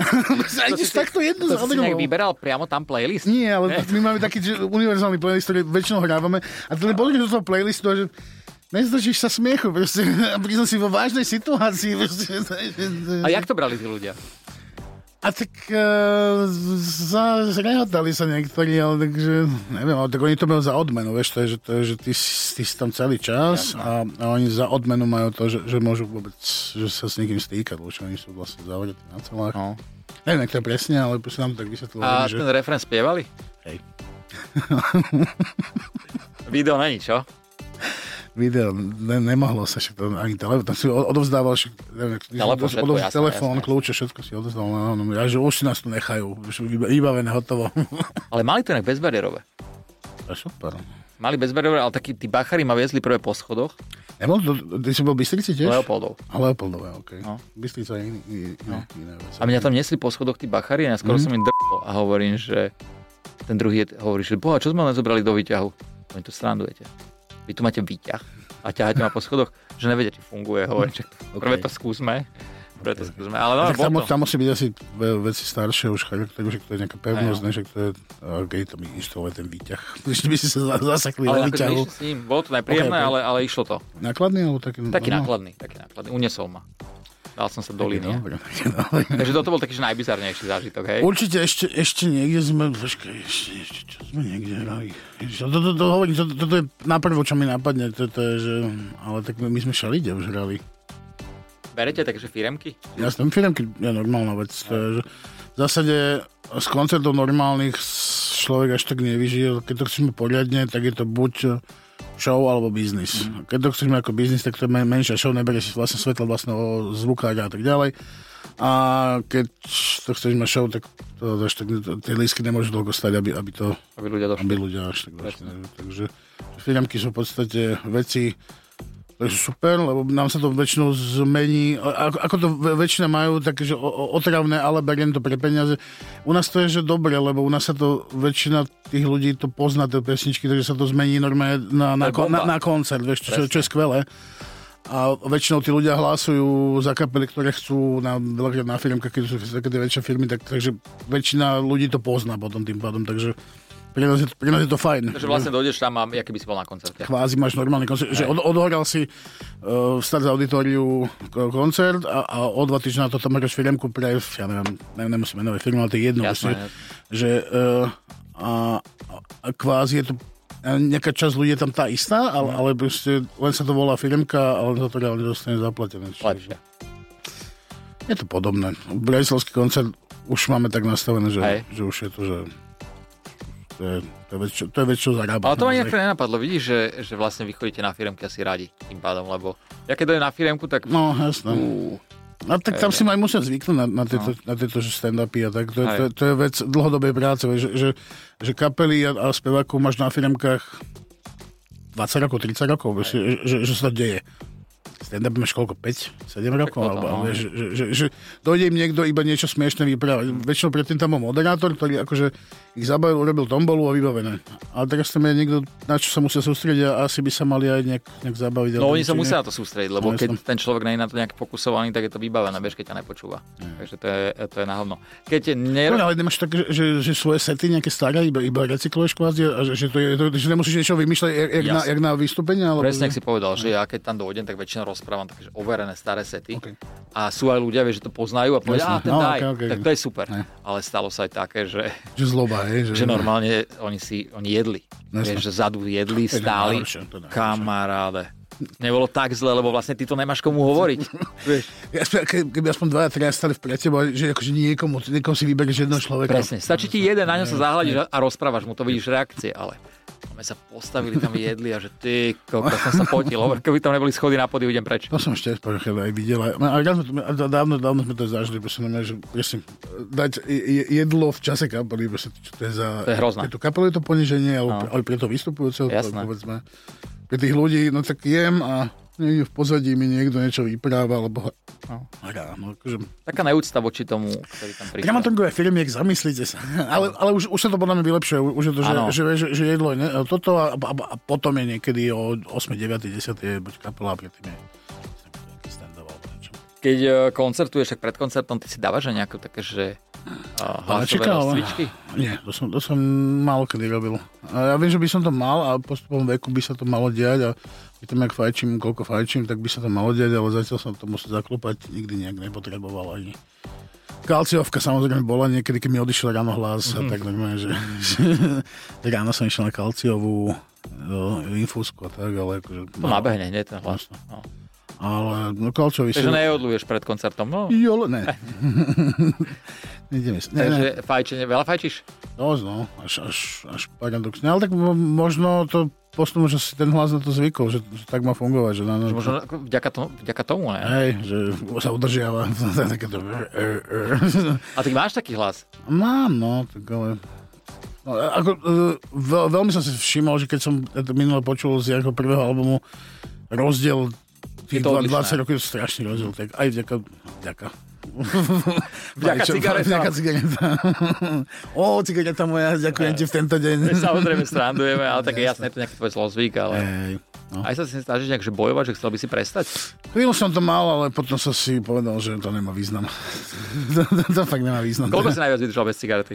[SPEAKER 2] a
[SPEAKER 1] To si si-
[SPEAKER 2] ideš takto jednu
[SPEAKER 1] To
[SPEAKER 2] za
[SPEAKER 1] si si
[SPEAKER 2] druhou.
[SPEAKER 1] nejak vyberal priamo tam playlist?
[SPEAKER 2] Nie, ale
[SPEAKER 1] Ne.
[SPEAKER 2] my máme taký že, univerzálny playlist, ktorý väčšinou hrávame. A teda pozrieš do toho playlistu a že nezdržíš sa smiechu, proste. A priznam si vo vážnej situácii. Proste.
[SPEAKER 1] A jak to brali tí ľudia?
[SPEAKER 2] A tak uh, za, zrehotali sa niektorí, ale takže, neviem, ale tak oni to majú za odmenu, vieš, to je, že, to je, že ty, si- ty si tam celý čas a, a, oni za odmenu majú to, že, že môžu vôbec, že sa s niekým stýkať, lebo čo oni sú vlastne zavretí na celách.
[SPEAKER 1] No.
[SPEAKER 2] Neviem, ak to je presne, ale proste nám to tak vysvetlilo.
[SPEAKER 1] A
[SPEAKER 2] že...
[SPEAKER 1] ten refren spievali?
[SPEAKER 2] Hej.
[SPEAKER 1] Video není, čo?
[SPEAKER 2] video, ne, nemohlo sa všetko, ani telefón, tam si o- odovzdával však, neviem, ak-
[SPEAKER 1] Telefón,
[SPEAKER 2] odovz-
[SPEAKER 1] všetko,
[SPEAKER 2] odovz-
[SPEAKER 1] jasné,
[SPEAKER 2] telefón,
[SPEAKER 1] jasné.
[SPEAKER 2] kľúče, všetko si odovzdal, no, no, ja, že už si nás tu nechajú, už vyba- vybavené, hotovo.
[SPEAKER 1] Ale mali to inak bezbariérové.
[SPEAKER 2] A super.
[SPEAKER 1] Mali bezbariérové, ale takí tí bachári ma viezli prvé po schodoch.
[SPEAKER 2] Nebol to, ty si bol v Bystrici tiež?
[SPEAKER 1] Leopoldov.
[SPEAKER 2] A Leopoldové, okej.
[SPEAKER 1] No.
[SPEAKER 2] Bystrica je iný, iný, no. iné vec.
[SPEAKER 1] A mňa tam nesli po schodoch tí bachári a ja
[SPEAKER 2] Mhm.
[SPEAKER 1] skoro som im drbol a hovorím, že ten druhý je, hovorí, že boha, čo sme len zobrali do výťahu? Oni to srandujete. Vy tu máte výťah a ťaháte ma po schodoch, že neviete, či funguje. Hovorím, že prvé to skúsme. Prvé to skúsme. Ale no,
[SPEAKER 2] tak tam,
[SPEAKER 1] bol to.
[SPEAKER 2] tam musí byť asi ve- veci staršie už charakteru, že to je nejaká pevnosť,
[SPEAKER 1] no.
[SPEAKER 2] ne, že to je, okej, to mi inštaluje ten výťah. Ešte by si sa za- zasekli na
[SPEAKER 1] Ale akože
[SPEAKER 2] výťahu.
[SPEAKER 1] išli s ním, bolo to nepríjemné,
[SPEAKER 2] Ok, ok.
[SPEAKER 1] ale, ale išlo to.
[SPEAKER 2] Nákladný, alebo taký?
[SPEAKER 1] Taký
[SPEAKER 2] no,
[SPEAKER 1] nákladný, taký nákladný. Uniesol ma. Dal som sa do
[SPEAKER 2] taký
[SPEAKER 1] línie.
[SPEAKER 2] dobrý, taký dobrý.
[SPEAKER 1] Takže toto bol taký že najbizarnejší zážitok, hej?
[SPEAKER 2] Určite ešte, ešte niekde sme, počkaj, ešte, ešte, čo sme niekde hrali. Ježiš, To, to, to, hovorím, to, to, to je na prvo, čo mi napadne, to, to je, že, ale tak my, my sme šalide už hrali.
[SPEAKER 1] Berete takže firemky?
[SPEAKER 2] Ja som firm, keď je normálna vec, to je, že v zásade z koncertov normálnych s- človek až tak nevyžije, keď to chceme poriadne, tak je to buď show alebo biznis. Keď to chceme ako biznis, tak to je men- menšia show, neberie si vlastne svetlo vlastného zvukára a tak ďalej. A keď to chceš mať show, tak to, až tak, tie lístky nemôžu dlho stať, aby, aby to
[SPEAKER 1] Aby ľudia došli.
[SPEAKER 2] aby ľudia až tak došli. Takže firmky sú v podstate veci, Takže super, lebo nám sa to väčšinou zmení. A- Ako, ako to ve- väčšina majú, také, že o- o- otravné, ale beriem to pre peniaze. U nás to je, že dobre, lebo u nás sa to väčšina tých ľudí to pozná, tie pesničky, takže sa to zmení normálne na, na,
[SPEAKER 1] je
[SPEAKER 2] kon- na,
[SPEAKER 1] bomba.
[SPEAKER 2] na koncert, vieš, čo, čo,
[SPEAKER 1] Presne.
[SPEAKER 2] čo je skvelé. A väčšinou tí ľudia hlasujú za kapely, ktoré chcú na, veľakrát na firmkách, keď sú také tie väčšie firmy, tak, takže väčšina ľudí to pozná potom tým pádom, takže pre nás je, to- pre nás je to fajn.
[SPEAKER 1] Takže vlastne dojdeš tam a aký by si bol na koncerte.
[SPEAKER 2] Kvázi máš normálny koncert, že od, odohral si uh, stať za auditoriu ko- koncert a, a o dva týždňa na to tam hráš firmku pre, ja neviem, ne, nemusím menovať firmu, ale to je jedno.
[SPEAKER 1] Jasné,
[SPEAKER 2] proste,
[SPEAKER 1] jasné.
[SPEAKER 2] Že, uh, a, a, a kvázi je to ja neviem, nejaká časť ľudí je tam tá istá,
[SPEAKER 1] Mhm.
[SPEAKER 2] ale, ale proste len sa to volá firmka, ale za to reálne dostane zaplatené. Čiže-
[SPEAKER 1] Lepšie.
[SPEAKER 2] je to podobné. Bratislavský koncert už máme tak nastavené, že,
[SPEAKER 1] Hej.
[SPEAKER 2] že už je to, že to je, to je, väč, to je väčšou zarábať.
[SPEAKER 1] Ale to ma nejak nenapadlo, vidíš, že, že vlastne vy chodíte na firemky asi radi tým pádom, lebo ja keď dojdem na firemku, tak...
[SPEAKER 2] No, jasné.
[SPEAKER 1] Ú,
[SPEAKER 2] A No tak tam si ma aj musel zvyknúť na, na, tieto, na tieto že stand-upy a tak. To, je-
[SPEAKER 1] No. Hej.
[SPEAKER 2] to, je- to je vec dlhodobej práce, vieš, že, že, že kapely a, a spevákov máš na firmkách 20 rokov, 30 rokov, vieš, že, že, že sa to deje. Stand-up máš koľko? 5? 7 rokov?
[SPEAKER 1] potom,
[SPEAKER 2] Alebo,
[SPEAKER 1] no.
[SPEAKER 2] alebo, vieš, že, že, že dojde im niekto iba niečo smiešne vyprávať.
[SPEAKER 1] Mm.
[SPEAKER 2] Väčšinou predtým tam bol moderátor, ktorý akože ich zabavil, urobil tombolu a vybavené. A teraz tam je niekto, na čo sa musia sústrediť a asi by sa mali aj nejak, nejak zabaviť.
[SPEAKER 1] No
[SPEAKER 2] ale
[SPEAKER 1] oni sa
[SPEAKER 2] určite-
[SPEAKER 1] musia na to sústrediť, lebo
[SPEAKER 2] No,
[SPEAKER 1] keď
[SPEAKER 2] jasné.
[SPEAKER 1] ten človek nie je na to nejak fokusovaný, tak je to vybavené, vieš, keď ťa nepočúva. Takže to je, to je na hovno. Keď je ner...
[SPEAKER 2] No, ale nemáš tak, že, že, že svoje sety nejaké staré, iba, iba recykluješ kvázi, a že, že, to je, to, že nemusíš niečo vymýšľať, jak, jak, na,
[SPEAKER 1] Jasne.
[SPEAKER 2] jak na vystúpenie, alebo...
[SPEAKER 1] Presne, ak si povedal, že ja keď tam dojdem, tak väčšinou rozprávam takže overené staré sety.
[SPEAKER 2] Ok.
[SPEAKER 1] A sú aj ľudia, vieš, že to poznajú a povedia, a
[SPEAKER 2] Jasné.
[SPEAKER 1] ten
[SPEAKER 2] No,
[SPEAKER 1] daj.
[SPEAKER 2] ok, ok,
[SPEAKER 1] tak
[SPEAKER 2] ok.
[SPEAKER 1] to je super.
[SPEAKER 2] Ne.
[SPEAKER 1] Ale stalo sa aj také, že,
[SPEAKER 2] Že zloba, hej? Že,
[SPEAKER 1] že normálne oni si, oni jedli.
[SPEAKER 2] Mhm. Jasné.
[SPEAKER 1] Vieš, že zadu jedli,
[SPEAKER 2] To je
[SPEAKER 1] stáli.
[SPEAKER 2] najhoršie, to je najhoršie.
[SPEAKER 1] Kamaráde. Nebolo tak zle, lebo vlastne ty to nemáš komu hovoriť. Vieš,
[SPEAKER 2] Ja, ke- keby aspoň dvaja, traja stali vpred teba, že akože niekomu, niekomu si vyberieš jedného človeka.
[SPEAKER 1] presne. Stačí ti jeden, na ňom sa zahľadíš a- a rozprávaš mu, to vidíš reakcie, ale my sa postavili tam, jedli a že ty, koľko som sa potil, hovor, keby tam neboli schody na pody, idem preč.
[SPEAKER 2] To som ešte pár chvíľ aj videl. A, a raz, sme to- a dávno, dávno sme to zažili, proste, normálne, že presne, dať je- je- jedlo v čase kapely, proste, čo to je za...
[SPEAKER 1] To je hrozné.
[SPEAKER 2] Pre tú kapelu je to poniženie, ale,
[SPEAKER 1] No.
[SPEAKER 2] pre, ale pre to vystupujúceho, to-
[SPEAKER 1] Jasné.
[SPEAKER 2] povedzme, pre tých ľudí, no tak jem a niekde v pozadí mi niekto niečo vypráva, alebo
[SPEAKER 1] No.
[SPEAKER 2] hrá. No, akože,
[SPEAKER 1] Taká neúcta voči tomu, ktorý tam prišiel.
[SPEAKER 2] dramaturgové firmiek, zamyslíte sa. Ale, ale už, už sa to podľa mňa vylepšuje. Už je to, že,
[SPEAKER 1] No. Áno.
[SPEAKER 2] že, že, že jedlo je ne, toto a, a, a, potom je niekedy o 8, 9, 10 je buď kapela, a predtým je nejaký stand-up alebo niečo.
[SPEAKER 1] Keď e, koncertuješ, tak pred koncertom ty si dávaš aj nejaké také, že uh, hlasové
[SPEAKER 2] Háčika, ale-
[SPEAKER 1] rozcvičky?
[SPEAKER 2] Nie, to som, to som málo kedy robil. A ja viem, že by som to mal a postupom veku by sa to malo diať a pri tom, jak fajčím, koľko fajčím, tak by sa to malo diať, ale zatiaľ som to musel zaklopať, nikdy nejak nepotreboval ani. Kalciovka samozrejme bola niekedy, keď mi odišiel ráno hlas,
[SPEAKER 1] Mhm.
[SPEAKER 2] mm. tak normálne, že, že ráno som išiel na kalciovú no, infúzku a tak, ale akože...
[SPEAKER 1] To nabehne hneď ten hlas. No.
[SPEAKER 2] Ale no, kalciový si...
[SPEAKER 1] Takže neodluješ pred koncertom. No.
[SPEAKER 2] Jole, ne. Nejdeme si. Ne, ne.
[SPEAKER 1] Takže fajčenie, veľa fajčíš?
[SPEAKER 2] Dosť, no, až, až, až paradoxne. Ale tak mo- možno to postupom, že si ten hlas na to zvykol, že, že tak má fungovať. Že na, na,
[SPEAKER 1] Že Možno ako vďaka tomu, vďaka tomu ne?
[SPEAKER 2] Hej, že sa udržiava. Takéto...
[SPEAKER 1] A ty máš taký hlas?
[SPEAKER 2] Mám, no, tak ale... No, ako, e, veľ, veľmi som si všimol, že keď som to minule počul z jeho prvého albumu rozdiel
[SPEAKER 1] Je
[SPEAKER 2] tých
[SPEAKER 1] to
[SPEAKER 2] dva-
[SPEAKER 1] odlišné.
[SPEAKER 2] 20 rokov je strašný rozdiel, tak aj vďaka, vďaka.
[SPEAKER 1] Vďaka
[SPEAKER 2] Fajčo-
[SPEAKER 1] cigaretám.
[SPEAKER 2] Vďaka cigareta. Ó, cigareta moja,
[SPEAKER 1] E,
[SPEAKER 2] ďakujem ti v tento deň.
[SPEAKER 1] Samozrejme strandujeme, ale tak je jasné, je to nejaký tvoj zlozvyk, ale...
[SPEAKER 2] Hej, no.
[SPEAKER 1] Aj sa si snažíš nejak že bojovať, že chcel by si prestať?
[SPEAKER 2] Chvíľu som to mal, ale potom som si povedal, že to nemá význam. to, to, to fakt nemá význam.
[SPEAKER 1] Koľko si najviac vydržal bez cigarety?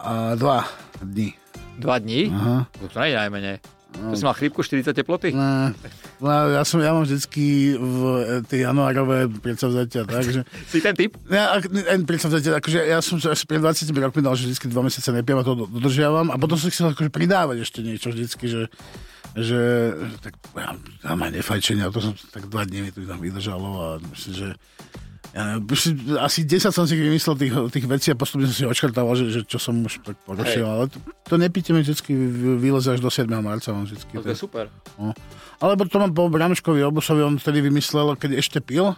[SPEAKER 2] A, dva dní.
[SPEAKER 1] Dva dní?
[SPEAKER 2] Aha.
[SPEAKER 1] To nie je najmenej. To si mal chrípku 40 teploty?
[SPEAKER 2] Ne, no, ja, som, ja mám vždycky v e, tie januárové predsavzatia, takže...
[SPEAKER 1] Si ten typ?
[SPEAKER 2] Ja, ak- en predsavzatia, akože ja som sa asi pred 20 rokmi dal, že vždycky dva mesiace nepiem a to do- dodržiavam a potom som chcel akože pridávať ešte niečo vždycky, že že tak ja, ja mám aj nefajčenie, a to som tak dva dní mi to tam vydržalo a myslím, že ja, neviem, myslím, asi 10 som si vymyslel tých, tých vecí a postupne som si očkrtával, že, že čo som už tak porušil, ale to, to nepíte mi vždycky vyleze až do 7. marca, mám vždycky.
[SPEAKER 1] To je super.
[SPEAKER 2] No. Alebo to mám po Bramškovi Obusovi, on vtedy vymyslel, keď ešte pil,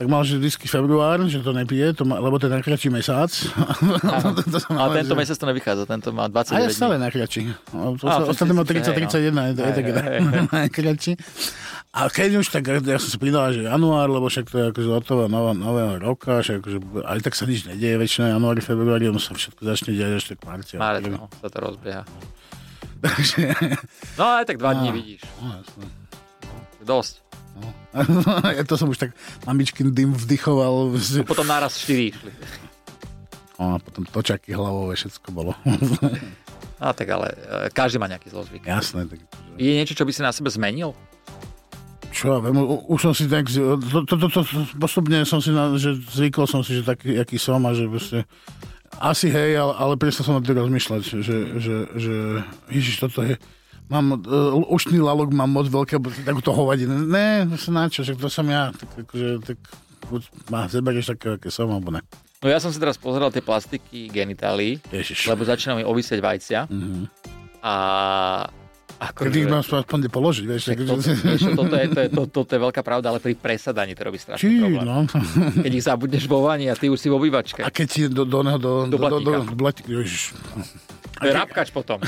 [SPEAKER 2] tak mal že vždycky február, že to nepije, to má, lebo to je najkračší mesiac. to, to som
[SPEAKER 1] No, Ale
[SPEAKER 2] mal,
[SPEAKER 1] tento
[SPEAKER 2] že-
[SPEAKER 1] mesiac to nevychádza, tento má
[SPEAKER 2] A ja
[SPEAKER 1] 29
[SPEAKER 2] stále najkračší. No, to
[SPEAKER 1] Á, to
[SPEAKER 2] sa-
[SPEAKER 1] si
[SPEAKER 2] Ostatný mal
[SPEAKER 1] síce, hej, no.
[SPEAKER 2] 30-31, je to je
[SPEAKER 1] Hej,
[SPEAKER 2] tak
[SPEAKER 1] hej, hej.
[SPEAKER 2] najkračší. A keď už tak, ja som si pridal, že január, lebo však to je akože hotová nová, nového roka, že akože, aj tak sa nič nedieje väčšinou januári, februári, ono sa všetko začne diať až tak v marci.
[SPEAKER 1] Márec, no, sa to rozbieha.
[SPEAKER 2] Takže,
[SPEAKER 1] No aj tak dva
[SPEAKER 2] No.
[SPEAKER 1] dní vidíš.
[SPEAKER 2] no, jasné.
[SPEAKER 1] Dosť.
[SPEAKER 2] No. ja to som už tak mamičkin dym vdychoval. že-
[SPEAKER 1] Potom naraz štyri išli.
[SPEAKER 2] No, a potom točaky hlavové, všetko bolo.
[SPEAKER 1] No tak ale e, každý má nejaký zlozvyk.
[SPEAKER 2] Jasné. Tak, že-
[SPEAKER 1] Je niečo, čo by si na sebe zmenil?
[SPEAKER 2] čo ja viem, u- už som si tak, to, to, to, to, postupne som si, na, že zvykol som si, že taký, aký som a že proste, asi hej, ale, ale presne som na to rozmýšľať, že, že, že, že ježiš, toto je, mám, uh, ušný lalok mám moc veľké, bo- takúto hovadinu, ne, vlastne na čo, že to som ja, tak akože, tak buď ma zeberieš také, aké som, alebo ne.
[SPEAKER 1] No ja som si teraz pozeral tie plastiky genitálií,
[SPEAKER 2] Ježiš.
[SPEAKER 1] lebo začínajú mi ovisieť vajcia
[SPEAKER 2] Mhm.
[SPEAKER 1] a
[SPEAKER 2] Keď
[SPEAKER 1] akože...
[SPEAKER 2] ich mám aspoň položiť, vieš,
[SPEAKER 1] Tak
[SPEAKER 2] tak,
[SPEAKER 1] toto, vieš, toto, je, to je, to, toto je veľká pravda, ale pri presadaní to robí strašný
[SPEAKER 2] Či,
[SPEAKER 1] problém.
[SPEAKER 2] no.
[SPEAKER 1] Keď ich zabudneš vo vani a ty už si v obývačke.
[SPEAKER 2] A keď ti do, do, do, do, do, do, do,
[SPEAKER 1] blatníka.
[SPEAKER 2] do blatníka, ježiš.
[SPEAKER 1] To je Rapkač potom.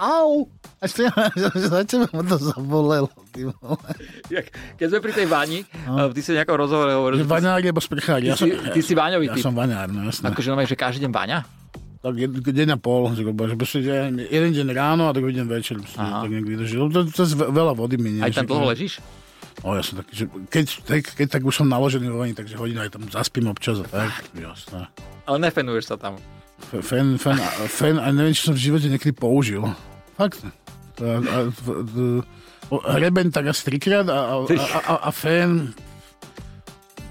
[SPEAKER 2] Au! A čo ja, za teba ma to zabolelo, ty vole.
[SPEAKER 1] Jak- Keď sme pri tej vani, no. ty si v nejakom rozhovore hovoril,
[SPEAKER 2] Že
[SPEAKER 1] že ty,
[SPEAKER 2] Vaňár alebo sprchár.
[SPEAKER 1] ty,
[SPEAKER 2] Ja
[SPEAKER 1] si,
[SPEAKER 2] som,
[SPEAKER 1] ty si váňový
[SPEAKER 2] ja
[SPEAKER 1] typ.
[SPEAKER 2] som vaňár, no jasné.
[SPEAKER 1] Akože no, že každý deň váňa?
[SPEAKER 2] Tak jed- deň a pol, zhruba, že proste ja neviem, jeden deň ráno a druhý deň večer. proste
[SPEAKER 1] Aha.
[SPEAKER 2] Tak niekde vydrží. Lebo to, to, je ve- veľa vody mi nie.
[SPEAKER 1] Aj tam
[SPEAKER 2] že-
[SPEAKER 1] dlho ležíš?
[SPEAKER 2] O, ja som taký, že keď, tak, keď tak už som naložený vo vani, takže hodinu aj tam zaspím občas a tak. Jasné.
[SPEAKER 1] Ale nefenuješ sa tam.
[SPEAKER 2] F- Fen, fen, a- fen, a neviem, či som v živote niekedy použil. Fakt. A, a, v- v- o, hreben tak asi trikrát a, a, a, a, a fen,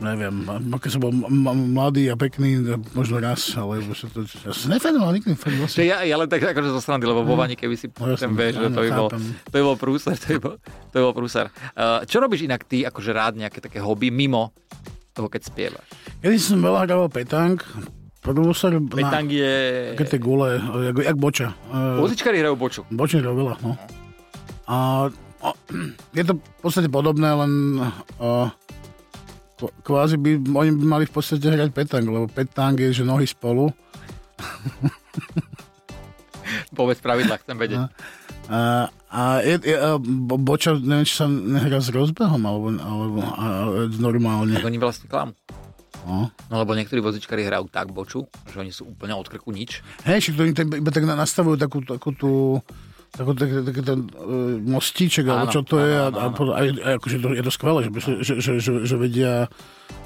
[SPEAKER 2] neviem, a- a keď som bol m- m- mladý a pekný, a možno raz, ale už sa to, ja som nefenoval nikdy fen
[SPEAKER 1] Že
[SPEAKER 2] vlastne.
[SPEAKER 1] ja, ja len tak akože zo strany, lebo vo vani, keby si
[SPEAKER 2] No,
[SPEAKER 1] ten
[SPEAKER 2] jasne,
[SPEAKER 1] vieš, že to by
[SPEAKER 2] áno,
[SPEAKER 1] bol,
[SPEAKER 2] chápem.
[SPEAKER 1] to by bol prúser. To by bol, to by bol prúser. Uh, čo robíš inak ty, akože rád nejaké také hobby, mimo toho, keď spievaš?
[SPEAKER 2] Kedy som veľa hrával petang, prvú sa
[SPEAKER 1] Petang
[SPEAKER 2] na
[SPEAKER 1] je...
[SPEAKER 2] také tie gule, jak, jak boča. Eh,
[SPEAKER 1] Muzičkári hrajú boču.
[SPEAKER 2] Bočne robila, no. A, a je to v podstate podobné, len a, kv- kvázi by, oni by mali v podstate hrať petang, lebo petang je, že nohy spolu.
[SPEAKER 1] Povedz pravidla, chcem vedieť.
[SPEAKER 2] No. A, a je, je, a bo, boča, neviem, či sa nehrá s rozbehom, alebo, alebo a, a- normálne.
[SPEAKER 1] Tak oni vlastne klamú.
[SPEAKER 2] No.
[SPEAKER 1] No lebo niektorí vozičkári hrajú tak boču, že oni sú úplne od krku nič.
[SPEAKER 2] Hej, čiže to oni tak, iba tak na- nastavujú takú, takú tú takú, taký, taký ten uh, mostíček, alebo
[SPEAKER 1] Áno,
[SPEAKER 2] čo to je. A,
[SPEAKER 1] áno,
[SPEAKER 2] a,
[SPEAKER 1] áno.
[SPEAKER 2] po- a, je- a akože to, je to skvelé, že, že, že, že, že vedia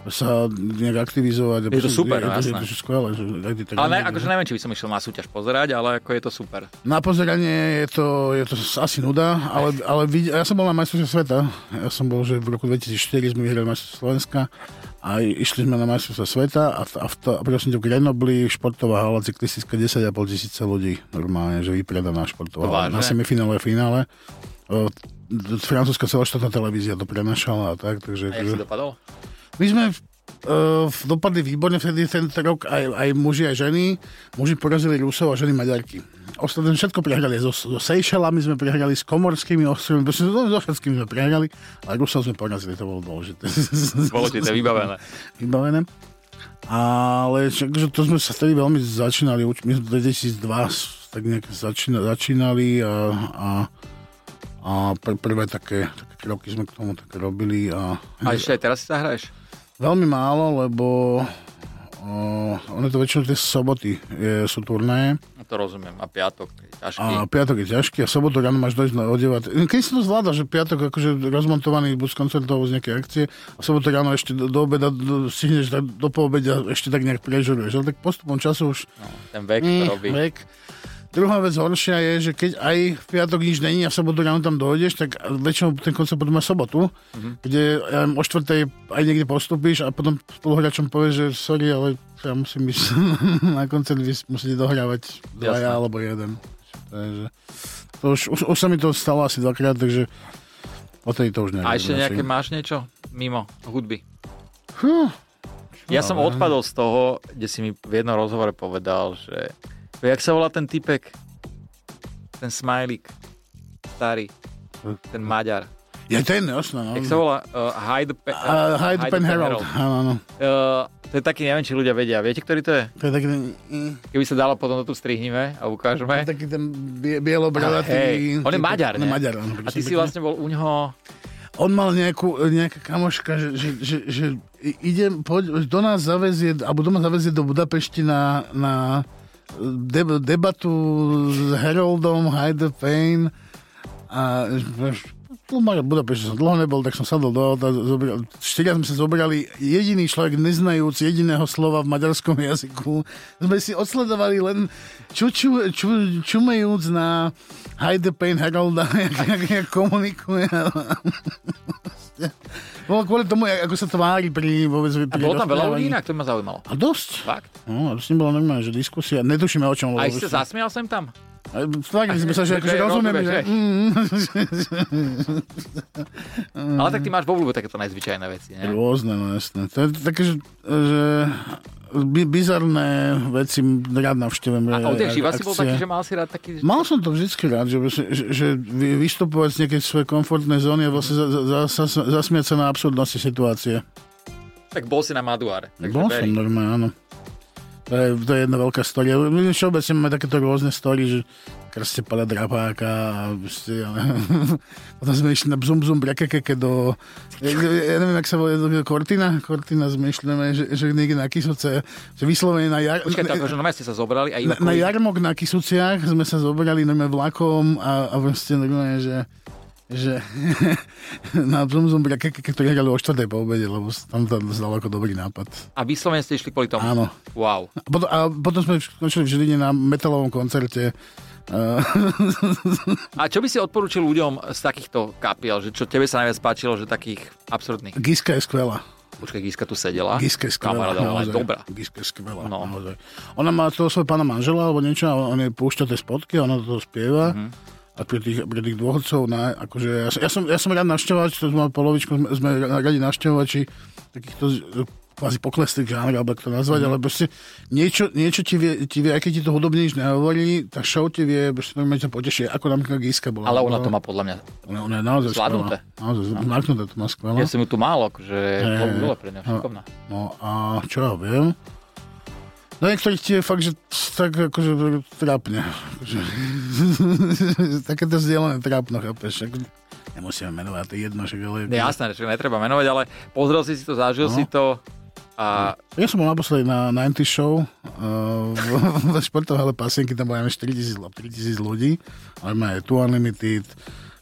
[SPEAKER 2] sa nejak aktivizovať.
[SPEAKER 1] Je to super, no,
[SPEAKER 2] je, to, je,
[SPEAKER 1] jasné.
[SPEAKER 2] to, je skvelé. Že, že, tak,
[SPEAKER 1] Ale ne, akože neviem, či by som išiel na súťaž pozerať, ale ako je to super.
[SPEAKER 2] Na pozeranie je to, je to asi nuda, ale, ale vid, ja som bol na majstrovstve sveta. Ja som bol, že v roku 2004 sme vyhrali majstrovstvo Slovenska a i- išli sme na majstrovstvo sveta a, v- a, v to, a prosím ťa, v Grenobli športová hala cyklistická 10,5 tisíce ľudí normálne, že vypredaná športová hala.
[SPEAKER 1] Vážne?
[SPEAKER 2] Na semifinále, finále. O, t- francúzska celoštátna televízia to prenašala a tak, takže...
[SPEAKER 1] A jak si dopadol?
[SPEAKER 2] My sme uh, dopadli výborne vtedy tento rok aj, aj muži a ženy. Muži porazili Rusov a ženy Maďarky. Ostatné všetko prehrali. So, so Seychellami sme prehrali, s Komorskými ostrovmi, proste so, so všetkými sme prehrali, ale Rusov sme porazili, to bolo dôležité.
[SPEAKER 1] Dôležité, vybavené.
[SPEAKER 2] Vybavené. Ale však, že to sme sa vtedy veľmi začínali, uč- my sme 2002 s- tak nejak začína, začínali a, a, a pr- prvé také, také kroky sme k tomu tak robili a
[SPEAKER 1] A ešte aj teraz si zahraješ?
[SPEAKER 2] Veľmi málo, lebo uh, ono je to väčšinou tie soboty je, sú turnaje
[SPEAKER 1] No to rozumiem. A piatok, je ťažký.
[SPEAKER 2] a piatok je ťažký a sobotu ráno máš dojsť na o 9. Keď si to zvláda, že piatok akože rozmontovaný buď z koncertov, alebo z nejakej akcie a sobotu ráno ešte do, do obeda do, stihneš do, do poobedia ešte tak nejak prežuruješ. Ale tak postupom času už
[SPEAKER 1] No, ten vek to
[SPEAKER 2] Mm,
[SPEAKER 1] robí.
[SPEAKER 2] vek. Druhá vec horšia je, že keď aj v piatok nič není a v sobotu ráno tam dojdeš, tak väčšinou ten koncert potom má sobotu,
[SPEAKER 1] Mhm.
[SPEAKER 2] mm-hmm. kde ja neviem, o štvrtej aj niekde postupíš a potom spoluhráčom povieš, že sorry, ale ja musím ísť na koncert, vy musíte dohrávať
[SPEAKER 1] Jasné.
[SPEAKER 2] dvaja alebo jeden. Takže, to už, už, už sa mi to stalo asi dvakrát, takže odtedy to už neviem.
[SPEAKER 1] A ešte nejaké máš niečo mimo hudby?
[SPEAKER 2] Huh, No
[SPEAKER 1] Ja som odpadol z toho, kde si mi v jednom rozhovore povedal, že... Jak sa volá ten typek? Ten smajlík. Starý. Ten Maďar.
[SPEAKER 2] ja ten, jasné. No.
[SPEAKER 1] Jak sa volá? Uh, Hyde, Pe-
[SPEAKER 2] A- Eh, Hyde Pen Herald.
[SPEAKER 1] Herald.
[SPEAKER 2] Áno, áno.
[SPEAKER 1] Uh, to je taký, neviem, či ľudia vedia. Viete, ktorý to je?
[SPEAKER 2] To je taký... mm.
[SPEAKER 1] Keby sa dalo, potom to tu strihnime a ukážeme.
[SPEAKER 2] Taký ten bie, bielobradý.
[SPEAKER 1] Hej, on je Maďar,
[SPEAKER 2] On je
[SPEAKER 1] ne?
[SPEAKER 2] Maďar, áno.
[SPEAKER 1] A ty si vlastne bol u ňoho...
[SPEAKER 2] on mal nejakú, nejaká kamoška, že, že, že, že idem, poď, do nás zavezie, alebo doma zavezie do Budapešti na, na deb, debatu s Heroldom, Hide the Pain a tlmač Budapešť som dlho nebol, tak som sadol do auta, zobral, štyria sme sa zobrali, jediný človek neznajúc jediného slova v maďarskom jazyku, sme si odsledovali len ču, ču, ču, čumejúc na Hide the Pain Herolda, jak, jak, jak komunikuje. Vlastne. Bolo kvôli tomu, ako sa tvári pri, vôbec, pri
[SPEAKER 1] A bolo tam veľa ľudí
[SPEAKER 2] rozprávaní.
[SPEAKER 1] inak, to ma zaujímalo.
[SPEAKER 2] A dosť.
[SPEAKER 1] Fakt?
[SPEAKER 2] No, a s ním bola normálne, že diskusia. Netušíme, o čom.
[SPEAKER 1] Aj
[SPEAKER 2] lebo
[SPEAKER 1] ste
[SPEAKER 2] už-
[SPEAKER 1] zasmial sem tam?
[SPEAKER 2] Aj, Tvárili sme sa, že akože
[SPEAKER 1] Že
[SPEAKER 2] rozumieme,
[SPEAKER 1] rozumieš,
[SPEAKER 2] že...
[SPEAKER 1] hej.
[SPEAKER 2] Mm,
[SPEAKER 1] Ale tak ty máš vo vľúbe takéto najzvyčajné veci, ne?
[SPEAKER 2] Rôzne, no jasné. To je také, že, že bi- bizarné veci rád navštevujem.
[SPEAKER 1] A
[SPEAKER 2] re-
[SPEAKER 1] od jak živa si bol
[SPEAKER 2] akcie.
[SPEAKER 1] taký, že mal si rád taký...
[SPEAKER 2] Mal som to vždycky rád, že, že, že vy- vystupovať z nejakej svojej komfortnej zóny a vlastne za, za, za, za, zasmiať sa na absurdnosti situácie.
[SPEAKER 1] Tak bol si na Maduare. takže
[SPEAKER 2] Bol
[SPEAKER 1] veri.
[SPEAKER 2] som normálne, áno. To je, to je jedna veľká story. My všeobecne máme takéto rôzne story, že krste pada drapáka a proste, ale... Potom sme išli na bzum bzum brakekeke do... Ja, ja neviem, jak sa volá, do Kortina. Kortina sme išli, normálne, že, že niekde na Kisuce, že vyslovene na jar...
[SPEAKER 1] Počkaj, to akože normálne ste sa zobrali a
[SPEAKER 2] na, na
[SPEAKER 1] iba-
[SPEAKER 2] jarmok na Kisuciach sme sa zobrali normálne vlakom a, a proste normálne, že že na Bzum Zum Brakeke, ktoré hrali o 4. po obede, lebo tam to zdalo ako dobrý nápad.
[SPEAKER 1] A vyslovene ste išli kvôli tomu.
[SPEAKER 2] Áno.
[SPEAKER 1] Wow.
[SPEAKER 2] A potom, a potom sme skončili v Žiline na metalovom koncerte. Uh,
[SPEAKER 1] A čo by si odporúčil ľuďom z takýchto kapiel, že čo tebe sa najviac páčilo, že takých absurdných?
[SPEAKER 2] Giska je skvelá.
[SPEAKER 1] Počkaj, Giska tu sedela.
[SPEAKER 2] Giska je skvelá.
[SPEAKER 1] Kamaráda, ale
[SPEAKER 2] naozaj.
[SPEAKER 1] dobrá.
[SPEAKER 2] Giska je skvelá.
[SPEAKER 1] No.
[SPEAKER 2] Naozaj. Ona má toho svojho pána manžela alebo niečo a on jej púšťa tie spotky a ona to spieva.
[SPEAKER 1] Mhm.
[SPEAKER 2] Mm-hmm. A pre tých, pre tých dôchodcov, na, akože ja, som- ja, som, ja som rád navštevovač, to sme polovičku, sme, sme radi navštevovači takýchto z- kvázi poklesných žánr, alebo ako to
[SPEAKER 1] Mhm.
[SPEAKER 2] nazvať, ale proste niečo, niečo ti vie, ti vie, aj keď ti to hudobne nič nehovorí, tá show ti vie, proste normálne ťa poteší, ako napríklad Giska bola.
[SPEAKER 1] Ale ona
[SPEAKER 2] Bola-
[SPEAKER 1] to má podľa mňa.
[SPEAKER 2] Ona, ona je naozaj
[SPEAKER 1] Zvládnuté.
[SPEAKER 2] skvelá. Naozaj zvládnuté, to má skvelé.
[SPEAKER 1] Ja som ju tu málo, akože
[SPEAKER 2] Hej,
[SPEAKER 1] to bolo
[SPEAKER 2] hej.
[SPEAKER 1] pre mňa šikovná.
[SPEAKER 2] No a čo ja viem? No niektorých tie fakt, že t- tak akože trápne. Akože, Takéto vzdielané trápno, chápeš? Ako- Nemusíme menovať, to je jedno, že ale...
[SPEAKER 1] Ne, jasné, že netreba menovať, ale pozrel si si to, zažil
[SPEAKER 2] No.
[SPEAKER 1] si to a
[SPEAKER 2] Ja som bol naposledy na 90 show uh, v, v športovej pasienky, tam bolo neviem, 4000, alebo 3000 ľudí, ale má aj tu Unlimited,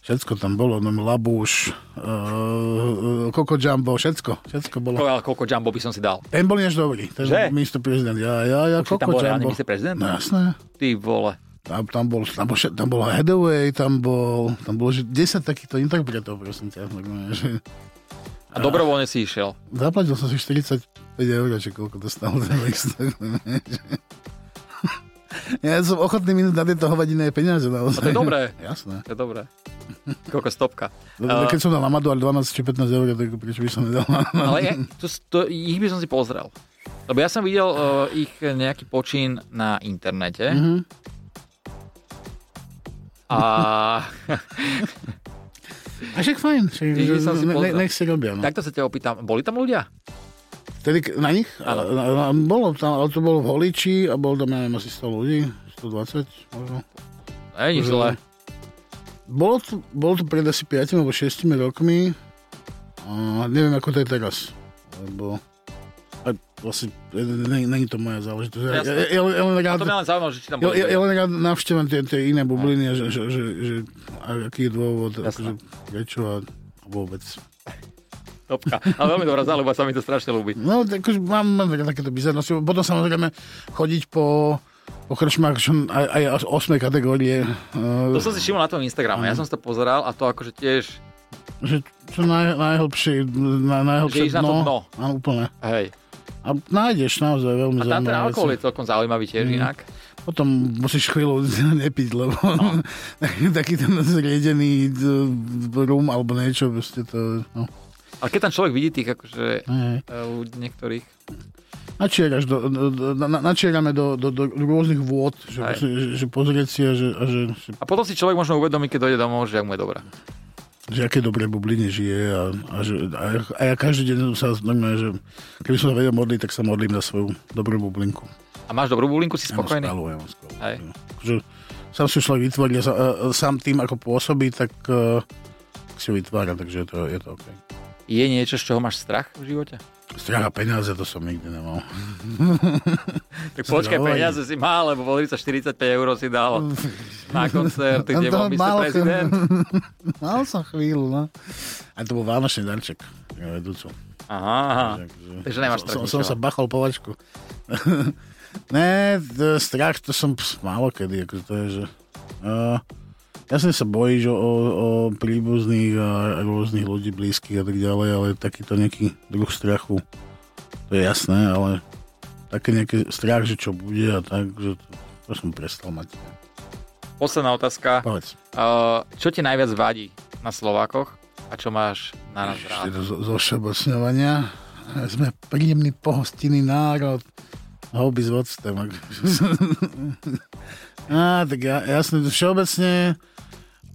[SPEAKER 2] všetko tam bolo, no Labuš, uh, Coco Jumbo, všetko, všetko bolo.
[SPEAKER 1] povedal, koľko jumbo by som si dal.
[SPEAKER 2] Ten bol než dobrý, ten
[SPEAKER 1] Že?
[SPEAKER 2] že? minister prezident. Ja, ja, ja,
[SPEAKER 1] Počkej, tam
[SPEAKER 2] Koko
[SPEAKER 1] bol reálny
[SPEAKER 2] Jumbo.
[SPEAKER 1] minister prezident?
[SPEAKER 2] No jasné.
[SPEAKER 1] Ty vole.
[SPEAKER 2] Tam, tam, bol, tam, bol, všet- tam bol Hathaway, tam bol, tam bolo že 10 takýchto interpretov, prosím ťa. normálne, že-
[SPEAKER 1] A
[SPEAKER 2] No.
[SPEAKER 1] dobrovoľne si išiel.
[SPEAKER 2] Zaplatil som si 45 eur, či koľko to stalo ten list. tak normálne, že- Ja som ochotný minúť na tieto hovadiné peniaze.
[SPEAKER 1] A
[SPEAKER 2] Naozaj.
[SPEAKER 1] to je dobré.
[SPEAKER 2] Jasné.
[SPEAKER 1] To je dobré. Koľko stopka. Eh,
[SPEAKER 2] Uh, keď som dal na Maduar 12 či 15 eur, tak prečo by som nedal na...
[SPEAKER 1] Ale je, to, to, ich by som si pozrel. Lebo ja som videl uh, ich nejaký počín na internete. Mm-hmm. A
[SPEAKER 2] A však fajn, však,
[SPEAKER 1] Ich by som si
[SPEAKER 2] ne- ne,
[SPEAKER 1] pozrel.
[SPEAKER 2] nech si robia. No.
[SPEAKER 1] takto sa ťa opýtam, boli tam ľudia?
[SPEAKER 2] Tedy k- na nich?
[SPEAKER 1] Áno.
[SPEAKER 2] A- a- a Bolo tam, ale to bolo v Holiči a bolo tam, ja neviem, asi 100 ľudí, 120 možno.
[SPEAKER 1] Ne, nič zle.
[SPEAKER 2] Bolo to, bolo to pred asi 5 alebo 6 rokmi. A neviem, ako to je teraz. Lebo a vlastne e, ne- není to moja záležitosť. Ja,
[SPEAKER 1] Jasné. No
[SPEAKER 2] ja, ja, len- ja len rád,
[SPEAKER 1] To mňa len zaujímalo, že či tam
[SPEAKER 2] ja,
[SPEAKER 1] boli
[SPEAKER 2] ja, ja
[SPEAKER 1] ľudia.
[SPEAKER 2] len rád navštevujem tie, tie iné bubliny a že, že, že, že a aký je dôvod,
[SPEAKER 1] Jasné.
[SPEAKER 2] akože, prečo a vôbec.
[SPEAKER 1] Topka. Ale veľmi dobrá záľuba, sa mi to strašne ľúbi.
[SPEAKER 2] No, tak už mám, mám veľa takéto bizarnosti. Potom samozrejme chodiť po, po krčmách čo, aj, aj os- osmej kategórie.
[SPEAKER 1] To
[SPEAKER 2] Uh,
[SPEAKER 1] som si všimol na tom Instagrame, ja som si to pozeral a to akože tiež,
[SPEAKER 2] že čo naj, najhlbšie, na,
[SPEAKER 1] Že
[SPEAKER 2] najhlbšie
[SPEAKER 1] ísť na to dno.
[SPEAKER 2] Áno, úplne.
[SPEAKER 1] hej.
[SPEAKER 2] A nájdeš naozaj
[SPEAKER 1] A
[SPEAKER 2] veľmi
[SPEAKER 1] tam ten
[SPEAKER 2] zaujímavé
[SPEAKER 1] alkohol
[SPEAKER 2] veci.
[SPEAKER 1] je celkom zaujímavý tiež inak.
[SPEAKER 2] Potom musíš chvíľu nepiť, lebo no. taký ten zriedený d- rum alebo niečo, proste to... No.
[SPEAKER 1] Ale keď tam človek vidí tých akože
[SPEAKER 2] Hej.
[SPEAKER 1] e, ľudí niektorých,
[SPEAKER 2] Načieraš do, do, do, na, načierame do, do, do rôznych vôd, že,
[SPEAKER 1] Hej.
[SPEAKER 2] že, že pozrieť si a že, a že, že
[SPEAKER 1] a potom si človek možno uvedomí, keď dojde domov, že ak mu je dobré.
[SPEAKER 2] že aké dobré bubline žije a, a, že, a, ja- a ja každý deň sa normálne, že keby som sa vedel modliť, tak sa modlím za svoju dobrú bublinku.
[SPEAKER 1] A máš dobrú bulinku, si
[SPEAKER 2] Ja mám
[SPEAKER 1] spokojný?
[SPEAKER 2] skvelú, ja mám skvelú.
[SPEAKER 1] Hej.
[SPEAKER 2] Že sám si človek vytvoril, ja sa- e, e, sám tým, ako pôsobí, tak e, tak si ju vytvára, takže je to, je to OK.
[SPEAKER 1] Je niečo, z čoho máš strach v živote?
[SPEAKER 2] Strach a peniaze to som nikdy nemal.
[SPEAKER 1] Tak počkaj,
[SPEAKER 2] hovorí?
[SPEAKER 1] peniaze si mal, lebo boli sa 45 eur si
[SPEAKER 2] Mm.
[SPEAKER 1] dal na koncert,
[SPEAKER 2] No
[SPEAKER 1] kde
[SPEAKER 2] to
[SPEAKER 1] bol Mr.
[SPEAKER 2] mal som.
[SPEAKER 1] Prezident.
[SPEAKER 2] Mal som chvíľu, no. A to bol vánočný darček. Ja, vedúcu.
[SPEAKER 1] Aha,
[SPEAKER 2] Takže-
[SPEAKER 1] takže nemáš strach z
[SPEAKER 2] som, som
[SPEAKER 1] ničoho.
[SPEAKER 2] sa bachol povačku. ne, t- strach to som ps, málo kedy, akože to je, že... Uh, jasne sa bojíš o, o, o príbuzných a rôznych ľudí blízkych a tak ďalej, ale takýto nejaký druh strachu, to je jasné, ale také nejaký strach, že čo bude a tak, že to, to som prestal mať.
[SPEAKER 1] Posledná otázka.
[SPEAKER 2] Povedz.
[SPEAKER 1] Uh, čo ti najviac vadí na Slovákoch a čo máš na nás rád?
[SPEAKER 2] Ešte zo, zo všeobecňovania. Sme príjemný pohostinný národ. Hobby s vodstvom. Á, tak ja, jasne, všeobecne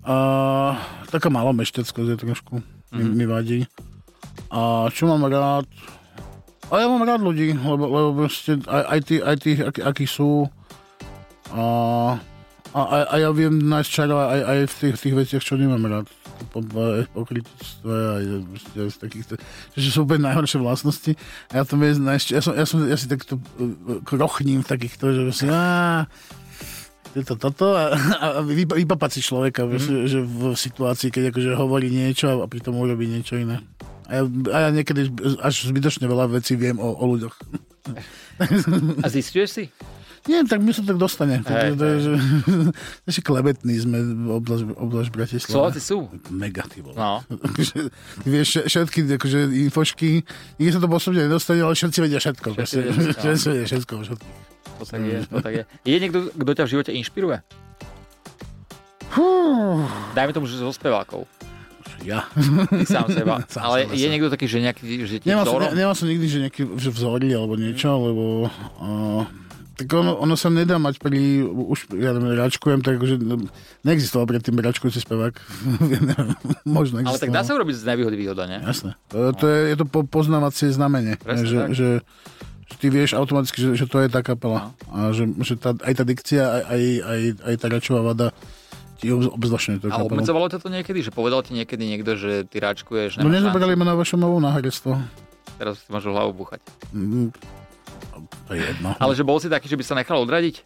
[SPEAKER 2] uh, taká malomeštecko je trošku, mi,
[SPEAKER 1] Mhm.
[SPEAKER 2] mi vadí. A čo mám rád? A ja mám rád ľudí, lebo, lebo proste aj, aj tí, aj tí akí, akí sú. A, a, a, a ja viem nájsť čaro aj, aj v tých, tých veciach, čo nemám rád. Po, aj v pokrytectve, aj, proste aj z takých... Že sú úplne najhoršie vlastnosti. A ja to viem nájsť... Ja, som, ja, som, ja si takto eh, krochním v takýchto, že si... Á, toto, toto a, a a vypa- vypapať si človeka, mm. že, že v situácii, keď akože hovorí niečo a- a pritom urobí niečo iné. A ja, a ja niekedy až zbytočne veľa vecí viem o, o ľuďoch.
[SPEAKER 1] A zistuješ si?
[SPEAKER 2] Nie, tak mi sa tak dostane.
[SPEAKER 1] Hej,
[SPEAKER 2] Hey, to, je, že, že klebetní sme oblaž, oblaž Bratislava.
[SPEAKER 1] Slováci sú.
[SPEAKER 2] Negatívo.
[SPEAKER 1] No.
[SPEAKER 2] Akože, ty vieš, vše- všetky akože, infošky, nikdy sa to posúbne nedostane, ale všetci vedia všetko.
[SPEAKER 1] Všetci
[SPEAKER 2] Všetci,
[SPEAKER 1] vedia všetko. no.
[SPEAKER 2] všetci vedia všetko. všetko.
[SPEAKER 1] To tak je, to tak je. Je niekto, kto ťa v živote inšpiruje? Dajme tomu, že zo spevákov.
[SPEAKER 2] Ja.
[SPEAKER 1] Ty sám seba.
[SPEAKER 2] Sám
[SPEAKER 1] Ale
[SPEAKER 2] seba,
[SPEAKER 1] je
[SPEAKER 2] sám.
[SPEAKER 1] niekto taký, že nejaký, že ti
[SPEAKER 2] Nemal som,
[SPEAKER 1] vzorom?
[SPEAKER 2] ne, nemal som nikdy, že nejaké že vzory alebo niečo,
[SPEAKER 1] Mm.
[SPEAKER 2] lebo... Uh, tak ono, ono sa nedá mať pri... Už, ja neviem, račkujem, takže no, neexistoval predtým račkujúci spevák. Ja neviem, Možno
[SPEAKER 1] Ale tak
[SPEAKER 2] existoval.
[SPEAKER 1] dá sa urobiť z nevýhody výhoda, nie?
[SPEAKER 2] Jasné. To, to je, je to po, poznávacie znamenie.
[SPEAKER 1] Presne
[SPEAKER 2] že,
[SPEAKER 1] tak.
[SPEAKER 2] Že, že ty vieš automaticky, že, že to je tá kapela.
[SPEAKER 1] No.
[SPEAKER 2] A že, že tá, aj tá dikcia, aj, aj, aj, aj tá račová vada ti obz- obzvláštňuje tú
[SPEAKER 1] A
[SPEAKER 2] kapelu.
[SPEAKER 1] obmedzovalo ťa to niekedy? Že povedal ti niekedy niekto, že ty ráčkuješ,
[SPEAKER 2] No
[SPEAKER 1] nemáš šancu,
[SPEAKER 2] nezobrali ma na vašom novú náhradstvo.
[SPEAKER 1] teraz si máš hlavu búchať.
[SPEAKER 2] Mm, to je jedno.
[SPEAKER 1] Ale že bol si taký, že by sa nechal odradiť?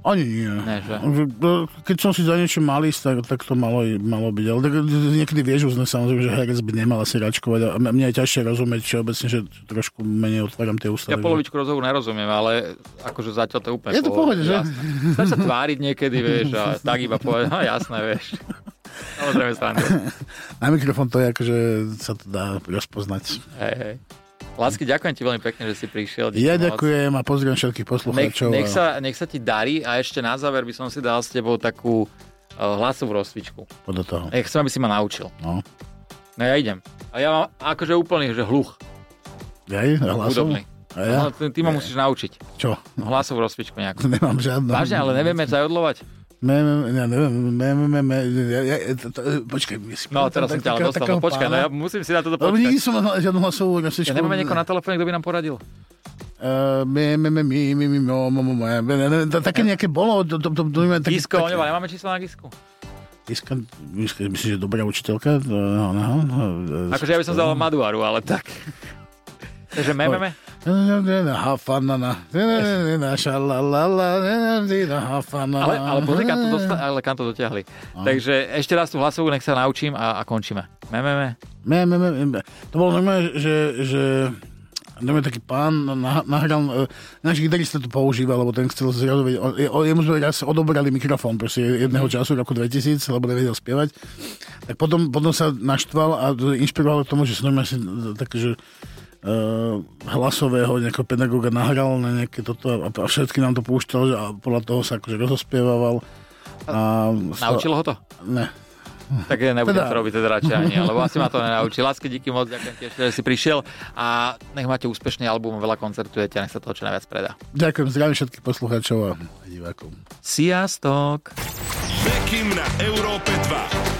[SPEAKER 2] Ani nie.
[SPEAKER 1] Ne, že?
[SPEAKER 2] Že, no, Keď som si za niečím mal ísť, tak, tak to malo, malo byť. Ale tak, niekedy vieš uzne samozrejme, že herec by nemal asi račkovať. A mne je ťažšie rozumieť všeobecne, že trošku menej otváram tie ústa.
[SPEAKER 1] Ja
[SPEAKER 2] takže-
[SPEAKER 1] polovičku rozhovoru nerozumiem, ale akože zatiaľ to je úplne
[SPEAKER 2] Je to v pohode, že?
[SPEAKER 1] jasné. Stačí sa tváriť niekedy, vieš, a tak iba povedať, no jasné, vieš. Samozrejme, srandu.
[SPEAKER 2] Na mikrofón to je akože sa to dá rozpoznať.
[SPEAKER 1] Hej, hej. Lásky, ďakujem ti veľmi pekne, že si prišiel. Díky
[SPEAKER 2] Ja
[SPEAKER 1] moc.
[SPEAKER 2] ďakujem a pozdravím všetkých
[SPEAKER 1] Nech,
[SPEAKER 2] poslucháčov.
[SPEAKER 1] nech,
[SPEAKER 2] a
[SPEAKER 1] sa, nech sa ti darí a ešte na záver by som si dal s tebou takú eh, hlasovú rozcvičku.
[SPEAKER 2] Podľa toho.
[SPEAKER 1] Ja chcem, aby si ma naučil.
[SPEAKER 2] No.
[SPEAKER 1] No ja idem. A ja mám akože úplný, že hluch.
[SPEAKER 2] Ja aj hlasom?
[SPEAKER 1] Hudobný.
[SPEAKER 2] A ja?
[SPEAKER 1] Ja? No, ty, ty ma musíš naučiť.
[SPEAKER 2] Čo?
[SPEAKER 1] Hlasovú rozpičku nejakú.
[SPEAKER 2] Nemám žiadnu.
[SPEAKER 1] Vážne, ale nevieme zajodlovať.
[SPEAKER 2] Me, me, ja neviem, me, me, me, me, ja, ja, to, to, počkaj, my si
[SPEAKER 1] No, teraz som ťa ale dostal. No, počkaj, no, ja musím si na toto
[SPEAKER 2] Lebo nikdy
[SPEAKER 1] počkať.
[SPEAKER 2] som mal žiadnu hlasovú
[SPEAKER 1] Ja
[SPEAKER 2] rasičku.
[SPEAKER 1] nemáme niekoho na telefóne, kto by nám poradil.
[SPEAKER 2] Eh, Me, me, me, mi, mi, mi, mo, mo, mo, mo, ja, ne, ne, to Také nejaké bolo. to- to- to- to- také-
[SPEAKER 1] Gisko,
[SPEAKER 2] také-
[SPEAKER 1] Oňová, nemáme číslo na Gisku.
[SPEAKER 2] Giska, myslíš, myslíš, že dobrá učiteľka? To- No, no, no, eh,
[SPEAKER 1] Akože ja by som dal Maduaru, ale tak. Takže mememe.
[SPEAKER 2] Hafanana.
[SPEAKER 1] Ale,
[SPEAKER 2] Ale,
[SPEAKER 1] ale pozri, kam to, dosta- ale kam to dotiahli. Takže ešte raz tú hlasovú, nech sa naučím a, a končíme. Mememe.
[SPEAKER 2] Me, me, me, me. To bolo normálne, že, že normálne taký pán nah- nahral, e, náš gitarista to používal, lebo ten chcel zradoviť, o, je- o- jemu sme raz odobrali mikrofón proste jedného času, roku 2000, lebo nevedel spievať. Tak potom, potom sa naštval a inšpiroval k tomu, že som normálne si tak, že Uh, hlasového nejakého pedagoga nahral na nejaké toto a, a všetky nám to púšťal že, a podľa toho sa akože rozospieval a,
[SPEAKER 1] Naučilo ho to?
[SPEAKER 2] Ne.
[SPEAKER 1] Tak ja nebudem
[SPEAKER 2] Teda-
[SPEAKER 1] to robiť teda radšej ani, lebo asi ma to nenaučí. Lásky, díky moc, ďakujem ti ešte, že si prišiel a nech máte úspešný album, veľa koncertujete a nech sa toho čo najviac predá.
[SPEAKER 2] Ďakujem, zdravím všetkých poslucháčov a divákov.
[SPEAKER 1] Sziasztok!
[SPEAKER 3] Bekim na Európe 2.